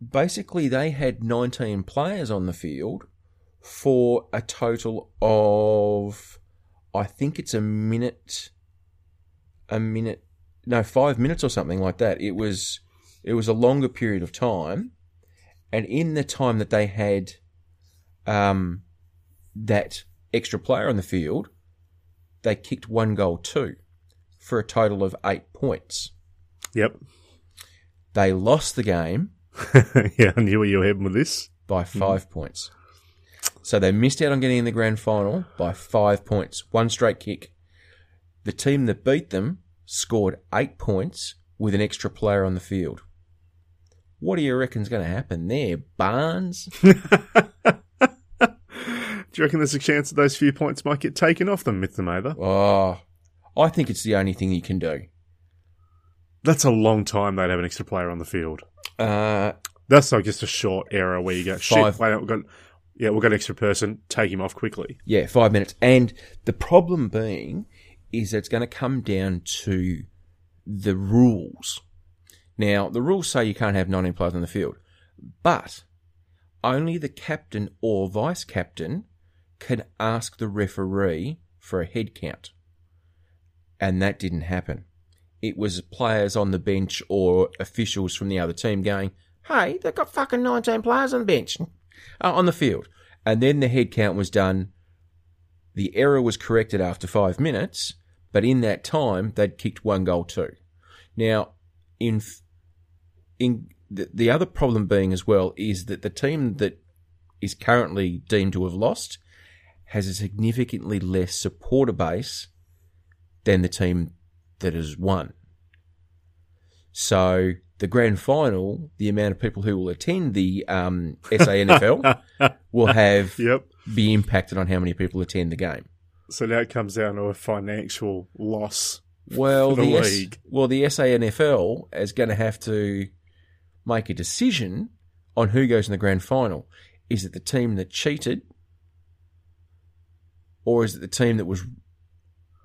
[SPEAKER 2] Basically, they had 19 players on the field for a total of, I think it's a minute, a minute, no, five minutes or something like that. It was It was a longer period of time, and in the time that they had um, that extra player on the field, they kicked one goal too, for a total of eight points.
[SPEAKER 3] Yep.
[SPEAKER 2] They lost the game
[SPEAKER 3] yeah, I knew where you were heading with this.
[SPEAKER 2] by five points. So they missed out on getting in the grand final by five points, one straight kick. The team that beat them scored eight points with an extra player on the field. What do you reckon's going to happen there, Barnes?
[SPEAKER 3] Do you reckon there's a chance that those few points might get taken off them with them over?
[SPEAKER 2] oh, I think it's the only thing you can do.
[SPEAKER 3] That's a long time they'd have an extra player on the field.
[SPEAKER 2] Uh,
[SPEAKER 3] That's like just a short error where you go, shit,
[SPEAKER 2] Five.
[SPEAKER 3] wait, we've got, yeah, we've got an extra person, take him off quickly.
[SPEAKER 2] Yeah, five minutes. And the problem being is it's going to come down to the rules. Now, the rules say you can't have 19 players on the field, but only the captain or vice captain can ask the referee for a head count. And that didn't happen. It was players on the bench or officials from the other team going, hey, they've got fucking 19 players on the bench, uh, on the field. And then the head count was done the error was corrected after five minutes, but in that time they'd kicked one goal too. Now, in in the, the other problem being as well is that the team that is currently deemed to have lost has a significantly less supporter base than the team that has won. So the grand final, the amount of people who will attend the um, SANFL will have
[SPEAKER 3] Yep.
[SPEAKER 2] be impacted on how many people attend the game.
[SPEAKER 3] So now it comes down to a financial loss.
[SPEAKER 2] Well,
[SPEAKER 3] For
[SPEAKER 2] the,
[SPEAKER 3] the
[SPEAKER 2] S-
[SPEAKER 3] league.
[SPEAKER 2] well, the SANFL is going to have to make a decision on who goes in the grand final. Is it the team that cheated, or is it the team that was,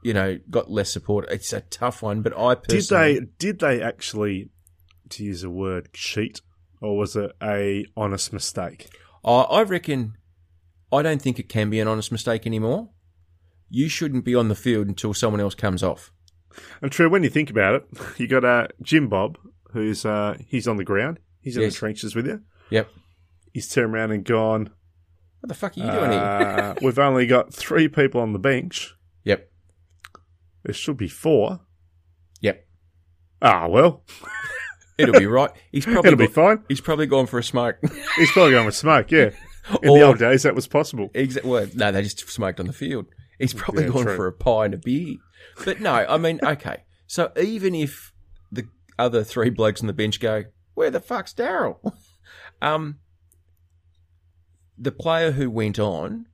[SPEAKER 2] you know, got less support? It's a tough one, but I
[SPEAKER 3] Did
[SPEAKER 2] personally
[SPEAKER 3] they did they actually, to use a word, cheat, or was it a honest mistake?
[SPEAKER 2] I, I reckon I don't think it can be an honest mistake anymore. You shouldn't be on the field until someone else comes off.
[SPEAKER 3] And true, when you think about it, you got uh, Jim Bob, who's uh, he's on the ground, he's in
[SPEAKER 2] Yes.
[SPEAKER 3] the trenches with you.
[SPEAKER 2] Yep.
[SPEAKER 3] He's turned around and gone.
[SPEAKER 2] What the fuck are you doing here?
[SPEAKER 3] "Uh, we've only got three people on the bench.
[SPEAKER 2] Yep.
[SPEAKER 3] There should be four.
[SPEAKER 2] Yep.
[SPEAKER 3] Ah, well,
[SPEAKER 2] It'll be right. He's probably
[SPEAKER 3] it'll be
[SPEAKER 2] got-
[SPEAKER 3] fine.
[SPEAKER 2] He's probably gone for a smoke.
[SPEAKER 3] He's probably going with smoke. Yeah, in
[SPEAKER 2] Or-
[SPEAKER 3] the old days, that was possible.
[SPEAKER 2] Exactly. Well, no, they just smoked on the field. He's probably
[SPEAKER 3] Yeah,
[SPEAKER 2] gone
[SPEAKER 3] true.
[SPEAKER 2] for a pie and a beer. But no, I mean, okay. So even if the other three blokes on the bench go, "Where the fuck's Daryl?" Um, the player who went on,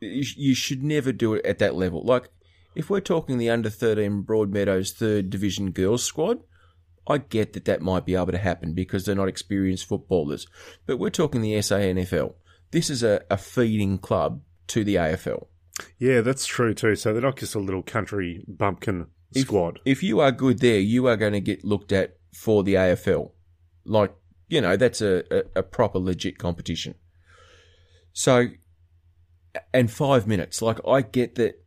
[SPEAKER 2] you, sh- you should never do it at that level. Like, if we're talking the under thirteen Broadmeadows third division girls squad, I get that that might be able to happen because they're not experienced footballers. But we're talking the SANFL. This is a, a feeding club to the AFL.
[SPEAKER 3] Yeah, that's true too. So they're not just a little country bumpkin
[SPEAKER 2] If-
[SPEAKER 3] squad.
[SPEAKER 2] If you are good there, you are going to get looked at for the AFL. Like, you know, that's a, a, a proper legit competition. So, and five minutes. Like, I get that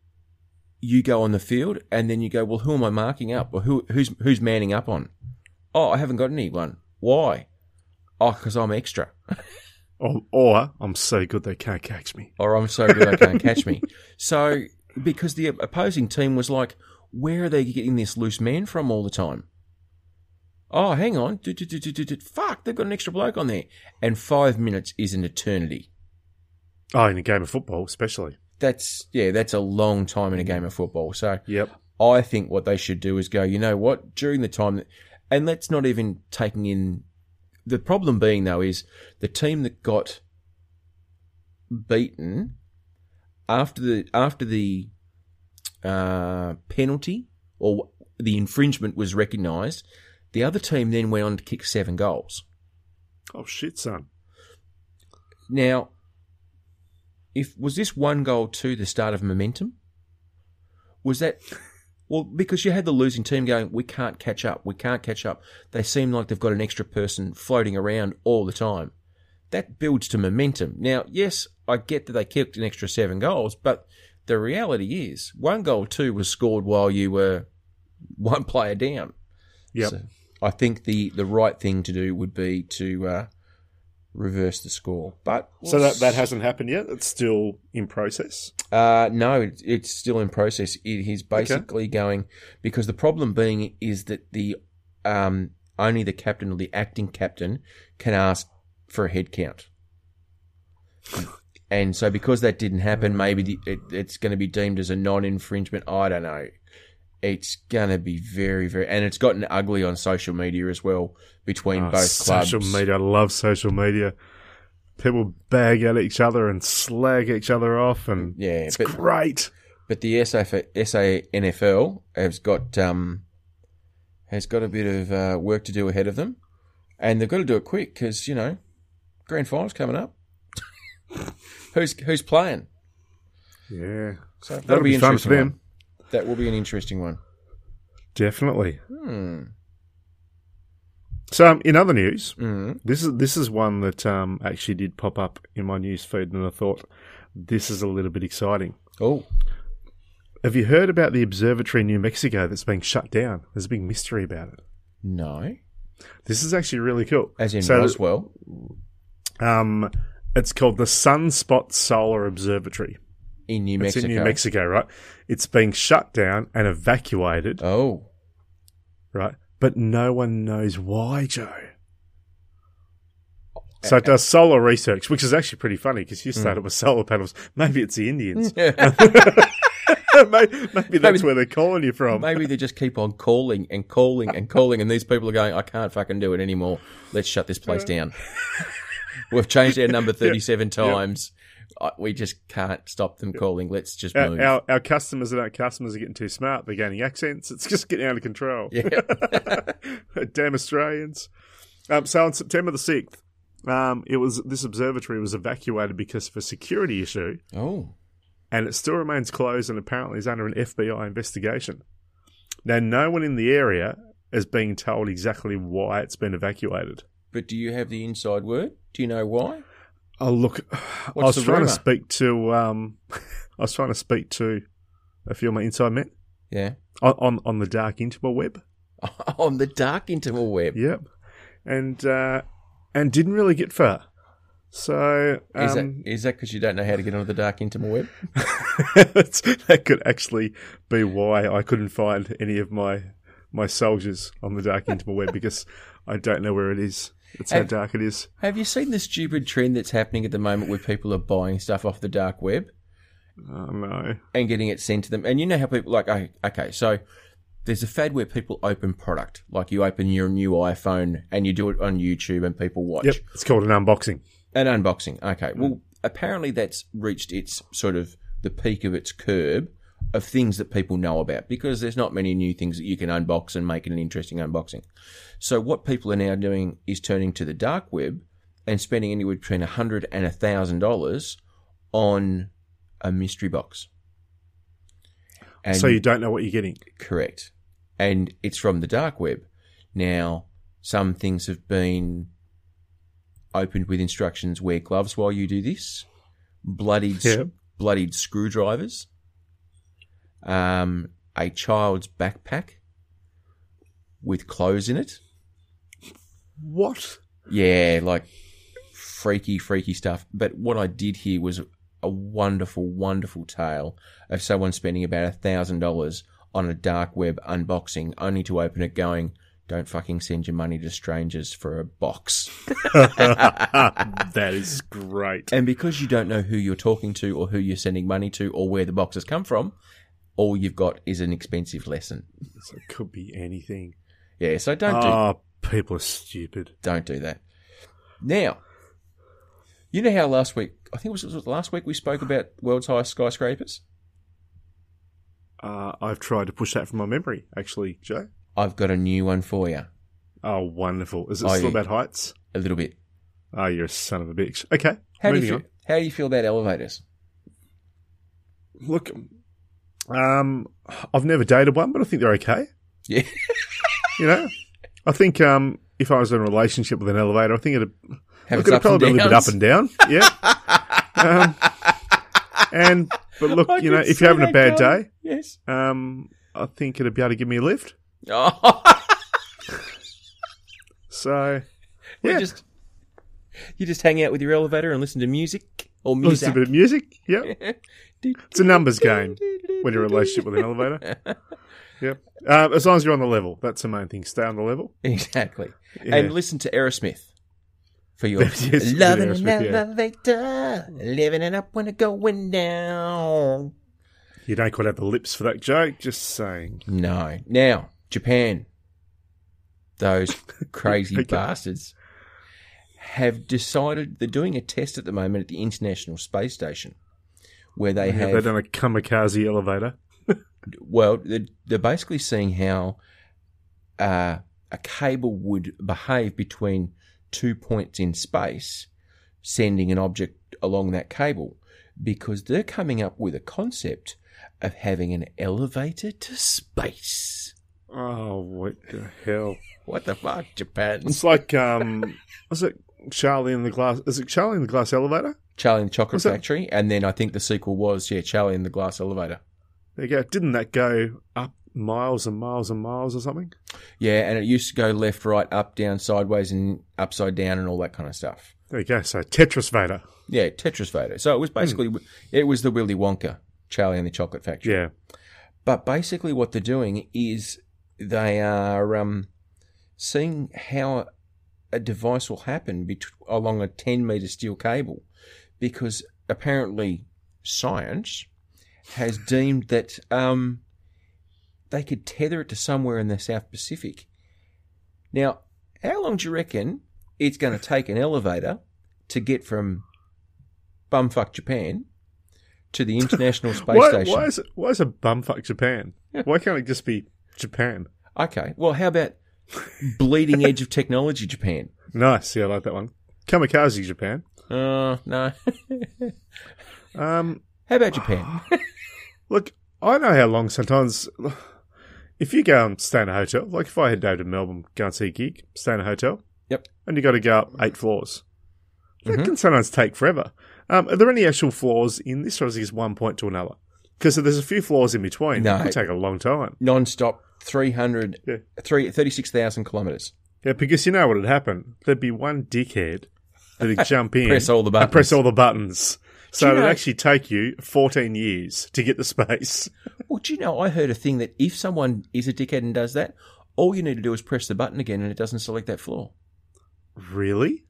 [SPEAKER 2] you go on the field and then you go, well, who am I marking up? Or who, who's, who's manning up on? Oh, I haven't got anyone. Why? Oh, because I'm extra.
[SPEAKER 3] Or, Oh, or I'm so good they can't catch me.
[SPEAKER 2] or I'm so good I can't catch me. So because the opposing team was like, where are they getting this loose man from all the time? Oh, hang on, Do, do, do, do, do, do. fuck, they've got an extra bloke on there, and five minutes is an eternity.
[SPEAKER 3] Oh, in a game of football, especially.
[SPEAKER 2] That's yeah, that's a long time in a game of football. So
[SPEAKER 3] Yep.
[SPEAKER 2] I think what they should do is go, you know what, during the time, that, and let's not even taking in. The problem being, though, is the team that got beaten after the after the uh, penalty or the infringement was recognised, the other team then went on to kick seven goals.
[SPEAKER 3] Oh shit, son.
[SPEAKER 2] Now, if was this one goal to the start of momentum? Was that well because you had the losing team going, we can't catch up, we can't catch up. They seem like they've got an extra person floating around all the time. That builds to momentum. Now, yes, I get that they kicked an extra seven goals, but the reality is one goal two was scored while you were one player down.
[SPEAKER 3] Yep.
[SPEAKER 2] So- I think the the right thing to do would be to uh, reverse the score. But
[SPEAKER 3] So that, that hasn't happened yet. It's still in process.
[SPEAKER 2] uh, no, it, it's still in process. It is basically going because the problem being is that the um, only the captain or the acting captain can ask for a head count. And so, because that didn't happen, maybe the, it, it's going to be deemed as a non-infringement. I don't know. It's going to be very, very, and it's gotten ugly on social media as well between
[SPEAKER 3] Oh,
[SPEAKER 2] both clubs.
[SPEAKER 3] social media. I love social media. People bag at each other and slag each other off, and
[SPEAKER 2] Yeah,
[SPEAKER 3] it's
[SPEAKER 2] but-
[SPEAKER 3] great.
[SPEAKER 2] But the SA SANFL has got um, has got a bit of uh, work to do ahead of them, and they've got to do it quick because you know, grand finals coming up. who's who's playing?
[SPEAKER 3] Yeah,
[SPEAKER 2] So that'll,
[SPEAKER 3] be fun for them.
[SPEAKER 2] one. That will be an interesting one.
[SPEAKER 3] definitely.
[SPEAKER 2] Hmm.
[SPEAKER 3] So, um, in other news,
[SPEAKER 2] Mm.
[SPEAKER 3] this is this is one that um, actually did pop up in my news feed, and I thought this is a little bit exciting.
[SPEAKER 2] Oh,
[SPEAKER 3] Have you heard about the observatory in New Mexico that's being shut down? There's a big mystery about it.
[SPEAKER 2] no.
[SPEAKER 3] This is actually really cool.
[SPEAKER 2] As in
[SPEAKER 3] So-
[SPEAKER 2] Roswell.
[SPEAKER 3] Um, it's called the Sunspot Solar Observatory.
[SPEAKER 2] In New
[SPEAKER 3] It's
[SPEAKER 2] Mexico.
[SPEAKER 3] in New Mexico, right? It's being shut down and evacuated,
[SPEAKER 2] Oh.
[SPEAKER 3] right? But no one knows why, Joe. So it does solar research, which is actually pretty funny because
[SPEAKER 2] Hmm.
[SPEAKER 3] you started with solar panels. Maybe it's the Indians. maybe, maybe that's
[SPEAKER 2] Maybe-
[SPEAKER 3] where they're calling you from.
[SPEAKER 2] Maybe they just keep on calling and calling and calling, and these people are going, I can't fucking do it anymore. Let's shut this place down. We've changed our number 37 times. I We just can't stop them calling. Let's just move.
[SPEAKER 3] Our, our, our customers and our customers are getting too smart. They're gaining accents. It's just getting out of control.
[SPEAKER 2] yeah.
[SPEAKER 3] Damn Australians. Um, so on September the 6th, um, it was this observatory was evacuated because of a security issue.
[SPEAKER 2] Oh.
[SPEAKER 3] and it still remains closed and apparently is under an FBI investigation. Now, no one in the area is being told exactly why it's been evacuated.
[SPEAKER 2] But do you have the inside word? Do you know why?
[SPEAKER 3] Oh, look, I
[SPEAKER 2] What's
[SPEAKER 3] was
[SPEAKER 2] the
[SPEAKER 3] trying
[SPEAKER 2] rumour?
[SPEAKER 3] to speak to, um, I was trying to speak to a few of my inside men
[SPEAKER 2] Yeah.
[SPEAKER 3] on on, on the dark interweb web.
[SPEAKER 2] On the dark interval web.
[SPEAKER 3] Yep, and uh, and didn't really get far. So um,
[SPEAKER 2] Is that is that because you don't know how to get onto the dark intermal web?
[SPEAKER 3] that could actually be why I couldn't find any of my my soldiers on the dark internet web because I don't know where it is. That's how
[SPEAKER 2] Have-
[SPEAKER 3] dark it is.
[SPEAKER 2] Have you seen the stupid trend that's happening at the moment where people are buying stuff off the dark web?
[SPEAKER 3] Oh no.
[SPEAKER 2] and getting it sent to them. And you know how people like, oh, okay, so there's a fad where people open product, like you open your new iPhone and you do it on YouTube and people watch
[SPEAKER 3] Yep, it's called an unboxing.
[SPEAKER 2] an unboxing. Okay, well, apparently that's reached its sort of the peak of its curb of things that people know about because there's not many new things that you can unbox and make it an interesting unboxing. So what people are now doing is turning to the dark web and spending anywhere between a hundred and a thousand dollars on a mystery box. And
[SPEAKER 3] so you don't know what you're getting.
[SPEAKER 2] Correct. And it's from the dark web. Now, some things have been opened with instructions wear gloves while you do this, bloodied,
[SPEAKER 3] Yeah.
[SPEAKER 2] bloodied screwdrivers, um, a child's backpack with clothes in it.
[SPEAKER 3] What?
[SPEAKER 2] Yeah, like freaky, freaky stuff. But what I did here was a wonderful, wonderful tale of someone spending about a thousand dollars on a dark web unboxing, only to open it going, "Don't fucking send your money to strangers for a box."
[SPEAKER 3] that is great.
[SPEAKER 2] and because you don't know who you're talking to, or who you're sending money to, or where the box has come from, all you've got is an expensive lesson.
[SPEAKER 3] So it could be anything.
[SPEAKER 2] Yeah, so don't do
[SPEAKER 3] Oh, people are stupid.
[SPEAKER 2] Don't do that. Now, you know how last week, I think it was, was it last week we spoke about world's highest skyscrapers?
[SPEAKER 3] Uh, I've tried to push that from my memory, actually, Joe.
[SPEAKER 2] I've got a new one for you.
[SPEAKER 3] Oh, wonderful. Is it
[SPEAKER 2] Oh,
[SPEAKER 3] still
[SPEAKER 2] yeah.
[SPEAKER 3] about heights?
[SPEAKER 2] A little bit.
[SPEAKER 3] Oh, you're a son of a bitch. Okay.
[SPEAKER 2] How do,
[SPEAKER 3] moving
[SPEAKER 2] you
[SPEAKER 3] on.
[SPEAKER 2] feel, how do you feel about elevators?
[SPEAKER 3] Look, um, I've never dated one, but I think they're okay.
[SPEAKER 2] Yeah.
[SPEAKER 3] You know, I think um, if I was in a relationship with an elevator, I think it'd,
[SPEAKER 2] Have its
[SPEAKER 3] look, it'd
[SPEAKER 2] ups and
[SPEAKER 3] probably be a little bit
[SPEAKER 2] downs?
[SPEAKER 3] up and down. Yeah. um, and but look,
[SPEAKER 2] I
[SPEAKER 3] you know,
[SPEAKER 2] did
[SPEAKER 3] if you're
[SPEAKER 2] see
[SPEAKER 3] having a
[SPEAKER 2] that
[SPEAKER 3] bad
[SPEAKER 2] going.
[SPEAKER 3] day,
[SPEAKER 2] Yes.
[SPEAKER 3] um, I think it'd be able to give me a lift.
[SPEAKER 2] Oh,
[SPEAKER 3] So
[SPEAKER 2] You
[SPEAKER 3] yeah,
[SPEAKER 2] just you just hang out with your elevator and listen to music or
[SPEAKER 3] listen to
[SPEAKER 2] music.
[SPEAKER 3] a bit of music. Yep, it's a numbers game when you're in a relationship with an elevator. Yep, um, as long as you're on the level, that's the main thing. Stay on the level.
[SPEAKER 2] Exactly.
[SPEAKER 3] Yeah.
[SPEAKER 2] And listen to Aerosmith for your
[SPEAKER 3] Yes, a bit of
[SPEAKER 2] loving an
[SPEAKER 3] Aerosmith, yeah.
[SPEAKER 2] elevator, living it up when it's going down.
[SPEAKER 3] You don't quite have the lips for that joke. Just saying.
[SPEAKER 2] No. Now, Japan. Those crazy
[SPEAKER 3] Okay.
[SPEAKER 2] bastards have decided they're doing a test at the moment at the International Space Station where they
[SPEAKER 3] Have
[SPEAKER 2] have
[SPEAKER 3] they done a kamikaze elevator?
[SPEAKER 2] well, they're, they're basically seeing how uh, a cable would behave between two points in space, sending an object along that cable, because they're coming up with a concept of having an elevator to space.
[SPEAKER 3] Oh, what the hell?
[SPEAKER 2] What the fuck, Japan?
[SPEAKER 3] It's like um, was it Charlie in the glass? Is it Charlie in the glass elevator?
[SPEAKER 2] Charlie and the Chocolate
[SPEAKER 3] What's that?
[SPEAKER 2] Factory, and then I think the sequel was yeah, Charlie and the Glass Elevator.
[SPEAKER 3] There you go. Didn't that go up miles and miles and miles or something?
[SPEAKER 2] Yeah, and it used to go left, right, up, down, sideways, and upside down, and all that kind of stuff.
[SPEAKER 3] There you go. So Tetris Vader.
[SPEAKER 2] Yeah, Tetris Vader. So it was basically it was the Willy Wonka, Charlie and the Chocolate Factory.
[SPEAKER 3] Yeah.
[SPEAKER 2] But basically, what they're doing is they are um, seeing how a device will happen bet- along a ten meter steel cable, because apparently science has deemed that um, they could tether it to somewhere in the South Pacific. Now, how long do you reckon it's going to take an elevator to get from bumfuck Japan to the International Space
[SPEAKER 3] Why,
[SPEAKER 2] Station?
[SPEAKER 3] why is it? Why is it bumfuck Japan? Why can't it just be Japan?
[SPEAKER 2] Okay. Well, how about bleeding edge of technology, Japan?
[SPEAKER 3] Nice. Yeah, I like that one. Kamikaze Japan.
[SPEAKER 2] Uh, no.
[SPEAKER 3] Um,
[SPEAKER 2] How about Japan?
[SPEAKER 3] look, I know how long sometimes. If you go and stay in a hotel, like if I head down to Melbourne, go and see a gig, stay in a hotel.
[SPEAKER 2] Yep.
[SPEAKER 3] And you got to go up eight floors. That
[SPEAKER 2] Mhm.
[SPEAKER 3] can sometimes take forever. Um, are there any actual floors in this, or is it just one point to another? Because there's a few floors in between.
[SPEAKER 2] No.
[SPEAKER 3] It could take a long time.
[SPEAKER 2] Non-stop, 300,
[SPEAKER 3] Yeah.
[SPEAKER 2] three- 36,000 kilometres.
[SPEAKER 3] Yeah, because you know what would happen? There'd be one dickhead that'd jump in,
[SPEAKER 2] Press all the
[SPEAKER 3] and press
[SPEAKER 2] buttons.
[SPEAKER 3] all the buttons. So
[SPEAKER 2] you
[SPEAKER 3] it'd
[SPEAKER 2] know-
[SPEAKER 3] actually take you 14 years to get the space.
[SPEAKER 2] Well, do you know, I heard a thing that if someone is a dickhead and does that, all you need to do is press the button again and it doesn't select that floor.
[SPEAKER 3] Really?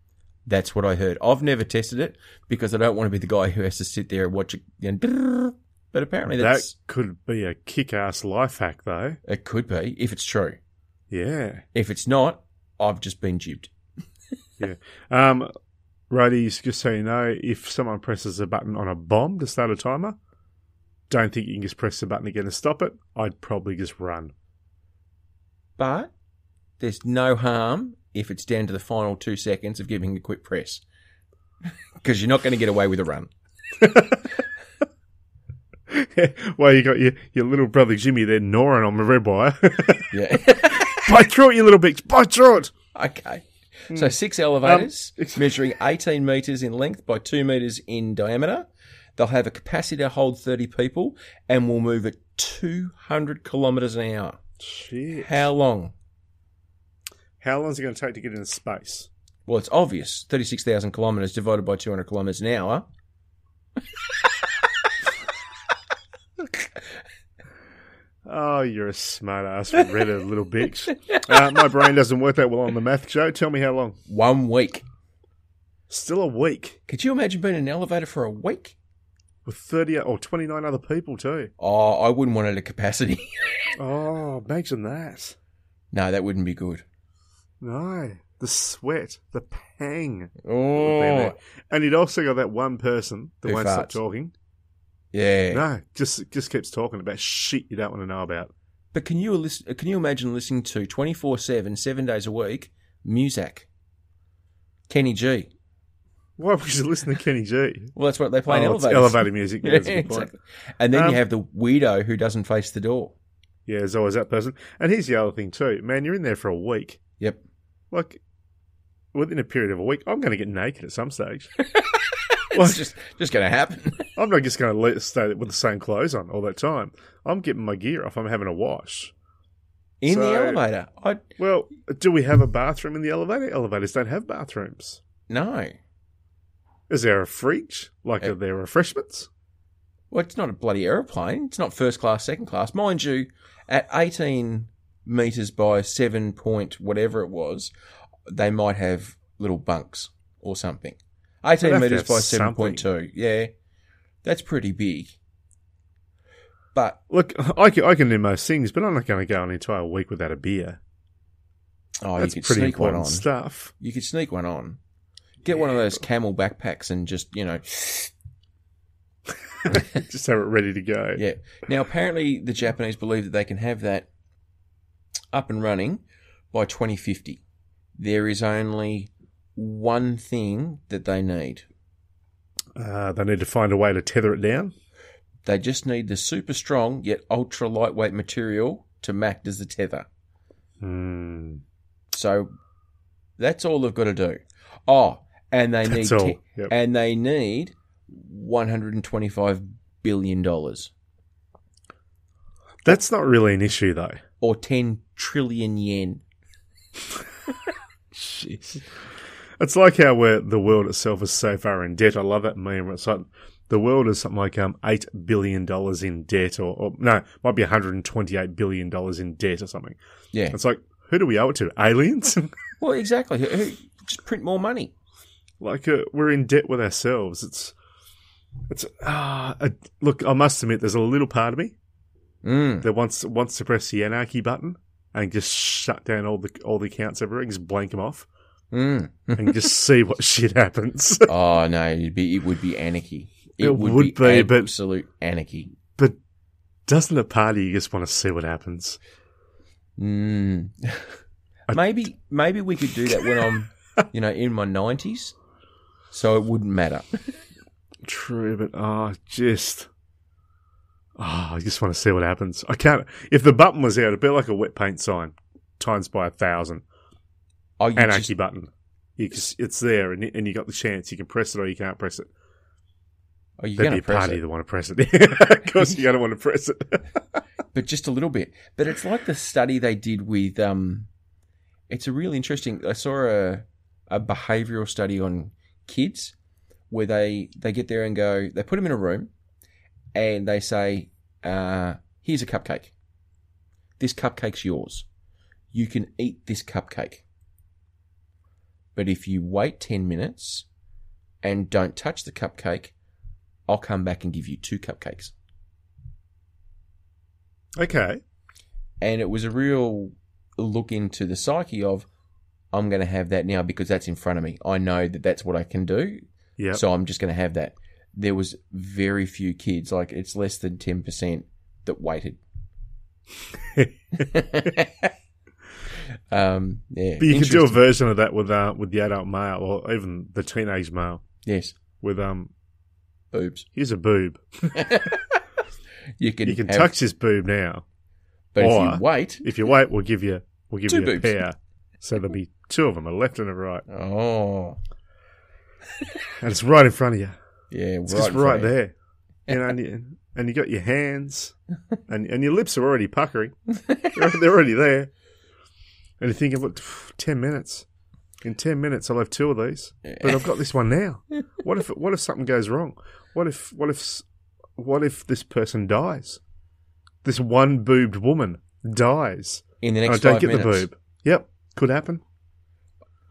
[SPEAKER 2] That's what I heard. I've never tested it because I don't want to be the guy who has to sit there and watch it. And but apparently that's,
[SPEAKER 3] That could be a kick ass life hack, though.
[SPEAKER 2] it could be if it's true.
[SPEAKER 3] Yeah.
[SPEAKER 2] If it's not, I've just been duped.
[SPEAKER 3] Um, righties, just so you know, if someone presses a button on a bomb to start a timer, don't think you can just press the button again to stop it. I'd probably just run.
[SPEAKER 2] But there's no harm if it's down to the final two seconds of giving a quick press. Because you're not going to get away with a run.
[SPEAKER 3] well, you got your, your little brother Jimmy there gnawing on the red wire.
[SPEAKER 2] Yeah.
[SPEAKER 3] Bite through it, you little bitch. Bite through it.
[SPEAKER 2] okay. So six elevators measuring 18 metres in length by 2 metres in diameter. They'll have a capacity to hold 30 people and will move at 200 kilometres an hour.
[SPEAKER 3] Shit.
[SPEAKER 2] How long?
[SPEAKER 3] How long is it going to take to get into space?
[SPEAKER 2] Well, it's obvious. 36,000 kilometres divided by 200 kilometres an hour.
[SPEAKER 3] Oh, you're a smart ass redheaded little bitch. Uh, my brain doesn't work that well on the math show. Tell me how long.
[SPEAKER 2] One week.
[SPEAKER 3] Still a week
[SPEAKER 2] Could you imagine being in an elevator for a week?
[SPEAKER 3] with 30 or 29 other people, too.
[SPEAKER 2] Oh, I wouldn't want it at capacity.
[SPEAKER 3] Oh, imagine that.
[SPEAKER 2] No, that wouldn't be good.
[SPEAKER 3] No. The sweat, the pang.
[SPEAKER 2] Oh,
[SPEAKER 3] And you'd also got that one person that
[SPEAKER 2] Who
[SPEAKER 3] won't stop
[SPEAKER 2] farts.
[SPEAKER 3] talking.
[SPEAKER 2] yeah.
[SPEAKER 3] No, just just keeps talking about shit you don't want to know about.
[SPEAKER 2] But can you listen, can you imagine listening to twenty four seven, seven days a week, Muzak, Kenny G?
[SPEAKER 3] Why would you listen to Kenny G?
[SPEAKER 2] Well, that's what they play in
[SPEAKER 3] Oh, it's
[SPEAKER 2] elevators.
[SPEAKER 3] elevator music. Yeah,
[SPEAKER 2] Yeah,
[SPEAKER 3] that's a good point.
[SPEAKER 2] exactly. And then
[SPEAKER 3] Um,
[SPEAKER 2] you have the weirdo who doesn't face the door.
[SPEAKER 3] Yeah, there's always that person. And here's the other thing too, man. You're in there for a week.
[SPEAKER 2] Yep.
[SPEAKER 3] Like within a period of a week, I'm going to get naked at some stage.
[SPEAKER 2] It's
[SPEAKER 3] Well-
[SPEAKER 2] just just going to happen.
[SPEAKER 3] I'm not just going to let, stay with the same clothes on all that time. I'm getting my gear off. I'm having a wash.
[SPEAKER 2] in the
[SPEAKER 3] So-
[SPEAKER 2] elevator. I
[SPEAKER 3] Well, do we have a bathroom in the elevator? Elevators don't have bathrooms.
[SPEAKER 2] no.
[SPEAKER 3] Is there a fridge? Like,
[SPEAKER 2] Eh.
[SPEAKER 3] are there refreshments?
[SPEAKER 2] Well, it's not a bloody aeroplane. It's not first class, second class, mind you. At eighteen meters by seven point whatever it was, they might have little bunks or something.
[SPEAKER 3] They'd
[SPEAKER 2] Eighteen
[SPEAKER 3] have to
[SPEAKER 2] meters
[SPEAKER 3] have
[SPEAKER 2] by seven point two. Yeah, that's pretty big. But
[SPEAKER 3] Look, I can, I can do most things, but I'm not going to go an entire week without a beer.
[SPEAKER 2] oh,
[SPEAKER 3] That's
[SPEAKER 2] you could
[SPEAKER 3] pretty
[SPEAKER 2] sneak one
[SPEAKER 3] important
[SPEAKER 2] on.
[SPEAKER 3] stuff.
[SPEAKER 2] You could sneak one on. Get one of those camel backpacks and just you know.
[SPEAKER 3] Just have it ready to go.
[SPEAKER 2] Yeah. Now, apparently, the Japanese believe that they can have that up and running by 2050. There is only one thing that they need.
[SPEAKER 3] Uh, they need to find a way to tether it down.
[SPEAKER 2] They just need the super strong yet ultra lightweight material to act as the tether.
[SPEAKER 3] Hmm.
[SPEAKER 2] So that's all they've got to do. Oh, and they
[SPEAKER 3] That's
[SPEAKER 2] need
[SPEAKER 3] all.
[SPEAKER 2] te-
[SPEAKER 3] Yep.
[SPEAKER 2] and they need 125 billion dollars
[SPEAKER 3] That's not really an issue, though.
[SPEAKER 2] or 10 trillion yen.
[SPEAKER 3] It's like how we're, the world itself is so far in debt. I love that meme. Where it's like the world is something like um eight billion dollars in debt, or, or no, it might be one hundred and twenty-eight billion dollars in debt or something.
[SPEAKER 2] Yeah.
[SPEAKER 3] It's like who do we owe it to? Aliens?
[SPEAKER 2] Well, exactly. Who- who- Just print more money.
[SPEAKER 3] like uh, we're in debt with ourselves. It's it's ah uh, look. I must admit, there's a little part of me
[SPEAKER 2] Mm.
[SPEAKER 3] that wants wants to press the anarchy button and just shut down all the all the accounts everywhere, just blank them off,
[SPEAKER 2] Mm.
[SPEAKER 3] and just see what shit happens.
[SPEAKER 2] oh no, it'd be it would be anarchy. It,
[SPEAKER 3] It
[SPEAKER 2] would,
[SPEAKER 3] would
[SPEAKER 2] be,
[SPEAKER 3] be, but-
[SPEAKER 2] absolute anarchy.
[SPEAKER 3] But doesn't a party you just want to see what happens?
[SPEAKER 2] Mm. maybe maybe we could do that when I'm you know in my nineties, so it wouldn't matter.
[SPEAKER 3] True, but ah, just ah, I just want to see what happens. I can't. If the button was out, it'd be like a wet paint sign, times by a thousand.
[SPEAKER 2] Oh, you
[SPEAKER 3] Anarchy
[SPEAKER 2] just,
[SPEAKER 3] button. You just, it's there, and, and you got the chance. You can press it or you can't press it.
[SPEAKER 2] oh, you're
[SPEAKER 3] There'd be
[SPEAKER 2] gonna
[SPEAKER 3] a
[SPEAKER 2] press
[SPEAKER 3] party
[SPEAKER 2] it,
[SPEAKER 3] that want to press it. of course, you don't want to press it.
[SPEAKER 2] but just a little bit. But it's like the study they did with um, it's a really interesting. I saw a a behavioural study on kids where they they get there and go they put them in a room and they say uh, here's a cupcake this cupcake's yours you can eat this cupcake but if you wait 10 minutes and don't touch the cupcake i'll come back and give you two cupcakes
[SPEAKER 3] okay.
[SPEAKER 2] and it was a real look into the psyche of i'm going to have that now because that's in front of me i know that that's what i can do
[SPEAKER 3] Yeah.
[SPEAKER 2] so I'm just going to have that. There was very few kids, like it's less than ten percent that waited. um, yeah,
[SPEAKER 3] but you could do a
[SPEAKER 2] interesting.
[SPEAKER 3] version of that with uh, with the adult male or even the teenage male
[SPEAKER 2] yes,
[SPEAKER 3] with um.
[SPEAKER 2] boobs.
[SPEAKER 3] Here's a boob.
[SPEAKER 2] You can,
[SPEAKER 3] You can
[SPEAKER 2] have-
[SPEAKER 3] touch this boob now.
[SPEAKER 2] but if
[SPEAKER 3] or-
[SPEAKER 2] you wait,
[SPEAKER 3] If you wait, we'll give you we'll give
[SPEAKER 2] Two
[SPEAKER 3] you
[SPEAKER 2] boobs.
[SPEAKER 3] a pair. So there'll be two of them, a left and a right,
[SPEAKER 2] oh
[SPEAKER 3] and it's right in front of you.
[SPEAKER 2] yeah,
[SPEAKER 3] It's
[SPEAKER 2] right,
[SPEAKER 3] just right
[SPEAKER 2] there.
[SPEAKER 3] there. You know, and you, and you got your hands, and and your lips are already puckering. They're, they're already there. And you're thinking, what? pff, Ten minutes. In ten minutes, I'll have two of these. But I've got this one now. What if what if something goes wrong? What if what if s- what if this person dies? This one boobed woman dies.
[SPEAKER 2] In the
[SPEAKER 3] And I
[SPEAKER 2] next
[SPEAKER 3] don't
[SPEAKER 2] five
[SPEAKER 3] get
[SPEAKER 2] minutes,
[SPEAKER 3] the boob. Yep, could happen.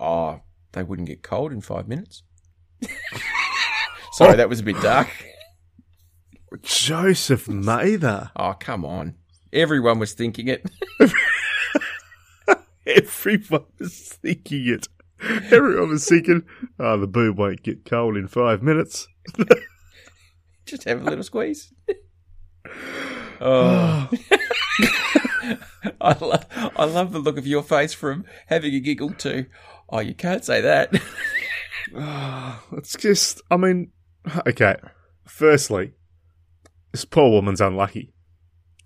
[SPEAKER 2] oh, they wouldn't get cold in five minutes. Sorry, that was a bit dark.
[SPEAKER 3] Joseph Mather.
[SPEAKER 2] Oh, come on. Everyone was thinking it.
[SPEAKER 3] Everyone was thinking it. Everyone was thinking, oh, the boob won't get cold in five minutes.
[SPEAKER 2] Just have a little squeeze. Oh. I, lo- I love the look of your face from having a giggle to, oh, you can't say that.
[SPEAKER 3] Ah, it's just, I mean, okay. Firstly, this poor woman's unlucky.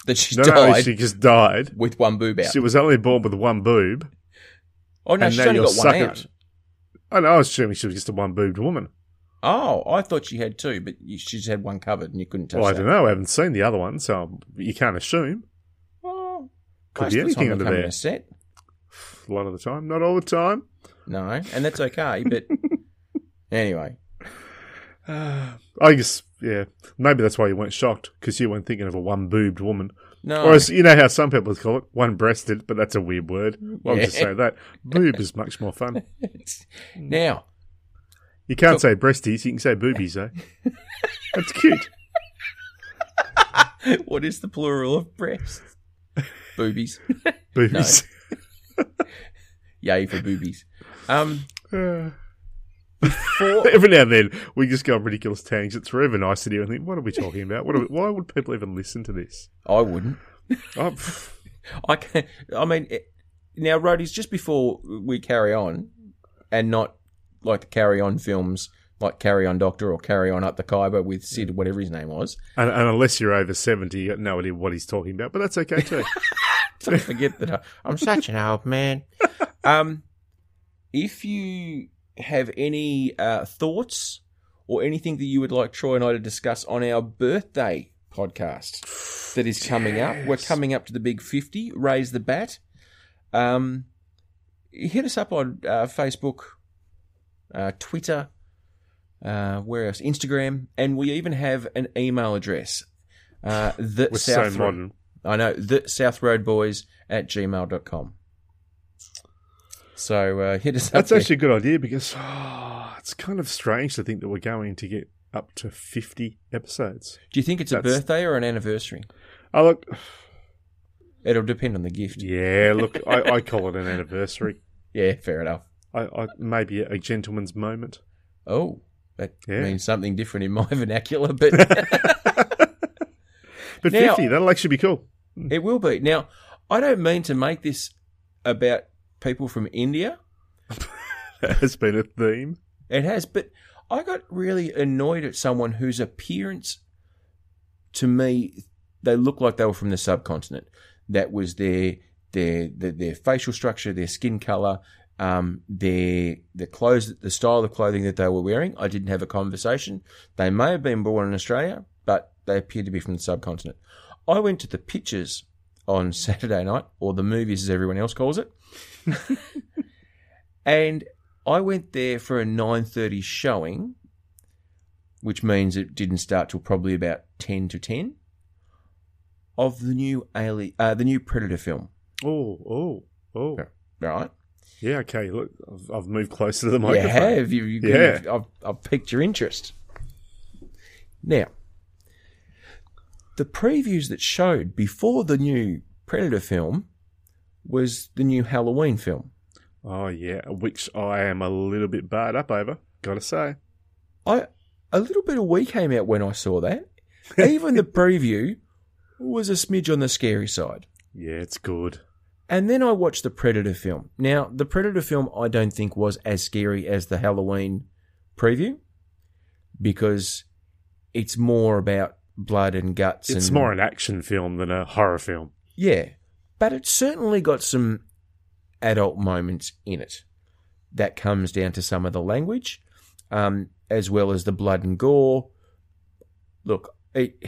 [SPEAKER 2] that she
[SPEAKER 3] Not only
[SPEAKER 2] died
[SPEAKER 3] she just died,
[SPEAKER 2] with one boob out.
[SPEAKER 3] she was only born with one boob.
[SPEAKER 2] oh, no,
[SPEAKER 3] and
[SPEAKER 2] she's
[SPEAKER 3] now
[SPEAKER 2] only
[SPEAKER 3] you're
[SPEAKER 2] got one
[SPEAKER 3] sucking-
[SPEAKER 2] out.
[SPEAKER 3] And I was assuming she was just a one boobed woman.
[SPEAKER 2] Oh, I thought she had two, but you- she's had one covered and you couldn't touch
[SPEAKER 3] Well, Oh, I
[SPEAKER 2] that.
[SPEAKER 3] don't know. I haven't seen the other one, so you can't assume.
[SPEAKER 2] Oh,
[SPEAKER 3] Could
[SPEAKER 2] Most
[SPEAKER 3] be
[SPEAKER 2] of the time
[SPEAKER 3] anything
[SPEAKER 2] they
[SPEAKER 3] under
[SPEAKER 2] come in
[SPEAKER 3] there.
[SPEAKER 2] a set.
[SPEAKER 3] A lot of the time, not all the time.
[SPEAKER 2] No, and that's okay. But anyway,
[SPEAKER 3] Uh, I guess, yeah. Maybe that's why you weren't shocked because you weren't thinking of a one boobed woman.
[SPEAKER 2] no,
[SPEAKER 3] Or as you know how some people call it, one breasted, but that's a weird word. Why would you
[SPEAKER 2] Yeah.
[SPEAKER 3] say that? Boob is much more fun.
[SPEAKER 2] now
[SPEAKER 3] You can't say breasties, you can say boobies, though. That's cute.
[SPEAKER 2] what is the plural of breast? Boobies.
[SPEAKER 3] Boobies.
[SPEAKER 2] Yay for boobies. Um,
[SPEAKER 3] Uh,
[SPEAKER 2] for
[SPEAKER 3] Every now and then, we just go on ridiculous tangents. We're even nice to you and think, what are we talking about? What are we, why would people even listen to this?
[SPEAKER 2] I wouldn't.
[SPEAKER 3] Oh, pff,
[SPEAKER 2] I can. I mean, it, now, roadies. Just before we carry on, and not like the carry on films, like Carry On Doctor or Carry On Up the Khyber with Sid, whatever his name was.
[SPEAKER 3] and, and unless you're over 70, you got no idea what he's talking about, but that's okay, too.
[SPEAKER 2] I forget that I, I'm such an old man. Um, if you have any uh, thoughts or anything that you would like Troy and I to discuss on our birthday podcast that is coming up, we're
[SPEAKER 3] Yes.
[SPEAKER 2] coming up to the big 50, raise the bat. Um, hit us up on uh, Facebook, uh, Twitter, uh, where else? Instagram, and we even have an email address. Uh, the
[SPEAKER 3] We're so
[SPEAKER 2] South
[SPEAKER 3] modern.
[SPEAKER 2] I know, the southroadboys at gmail.com. So uh, hit us up.
[SPEAKER 3] That's
[SPEAKER 2] there.
[SPEAKER 3] actually a good idea because oh, it's kind of strange to think that we're going to get up to 50 episodes.
[SPEAKER 2] Do you think it's a
[SPEAKER 3] that's-
[SPEAKER 2] birthday or an anniversary?
[SPEAKER 3] Oh, look.
[SPEAKER 2] It'll depend on the gift.
[SPEAKER 3] Yeah, look, I, I call it an anniversary.
[SPEAKER 2] Yeah, fair enough.
[SPEAKER 3] I, I Maybe a gentleman's moment.
[SPEAKER 2] Oh, that
[SPEAKER 3] Yeah.
[SPEAKER 2] means something different in my vernacular, but
[SPEAKER 3] But
[SPEAKER 2] Now-
[SPEAKER 3] 50, that'll actually be cool.
[SPEAKER 2] it will be. Now, I don't mean to make this about people from India.
[SPEAKER 3] That has been a theme.
[SPEAKER 2] It has, but I got really annoyed at someone whose appearance, to me, they looked like they were from the subcontinent. That was their their their, their facial structure, their skin color, um, their the clothes, the style of clothing that they were wearing. I didn't have a conversation. They may have been born in Australia, but they appeared to be from the subcontinent. I went to the pictures on Saturday night, or the movies as everyone else calls it, and I went there for a 9:30 showing, which means it didn't start till probably about 10 to 10 of the new Ali- uh, the new Predator film,
[SPEAKER 3] Oh, oh, oh.
[SPEAKER 2] right?
[SPEAKER 3] Yeah, okay. Look, I've, I've moved closer to the
[SPEAKER 2] you
[SPEAKER 3] microphone.
[SPEAKER 2] have you, you
[SPEAKER 3] Yeah.
[SPEAKER 2] I've, I've piqued your interest. Now, the previews that showed before the new Predator film was the new Halloween film.
[SPEAKER 3] Oh, yeah, which I am a little bit barred up over, gotta say.
[SPEAKER 2] I a little bit of we came out when I saw that. Even the preview was a smidge on the scary side.
[SPEAKER 3] Yeah, it's good.
[SPEAKER 2] And then I watched the Predator film. Now, the Predator film I don't think was as scary as the Halloween preview because it's more about blood and guts
[SPEAKER 3] It's
[SPEAKER 2] and
[SPEAKER 3] more an action film than a horror film.
[SPEAKER 2] Yeah. But it's certainly got some adult moments in it. That comes down to some of the language, um, as well as the blood and gore. Look, it,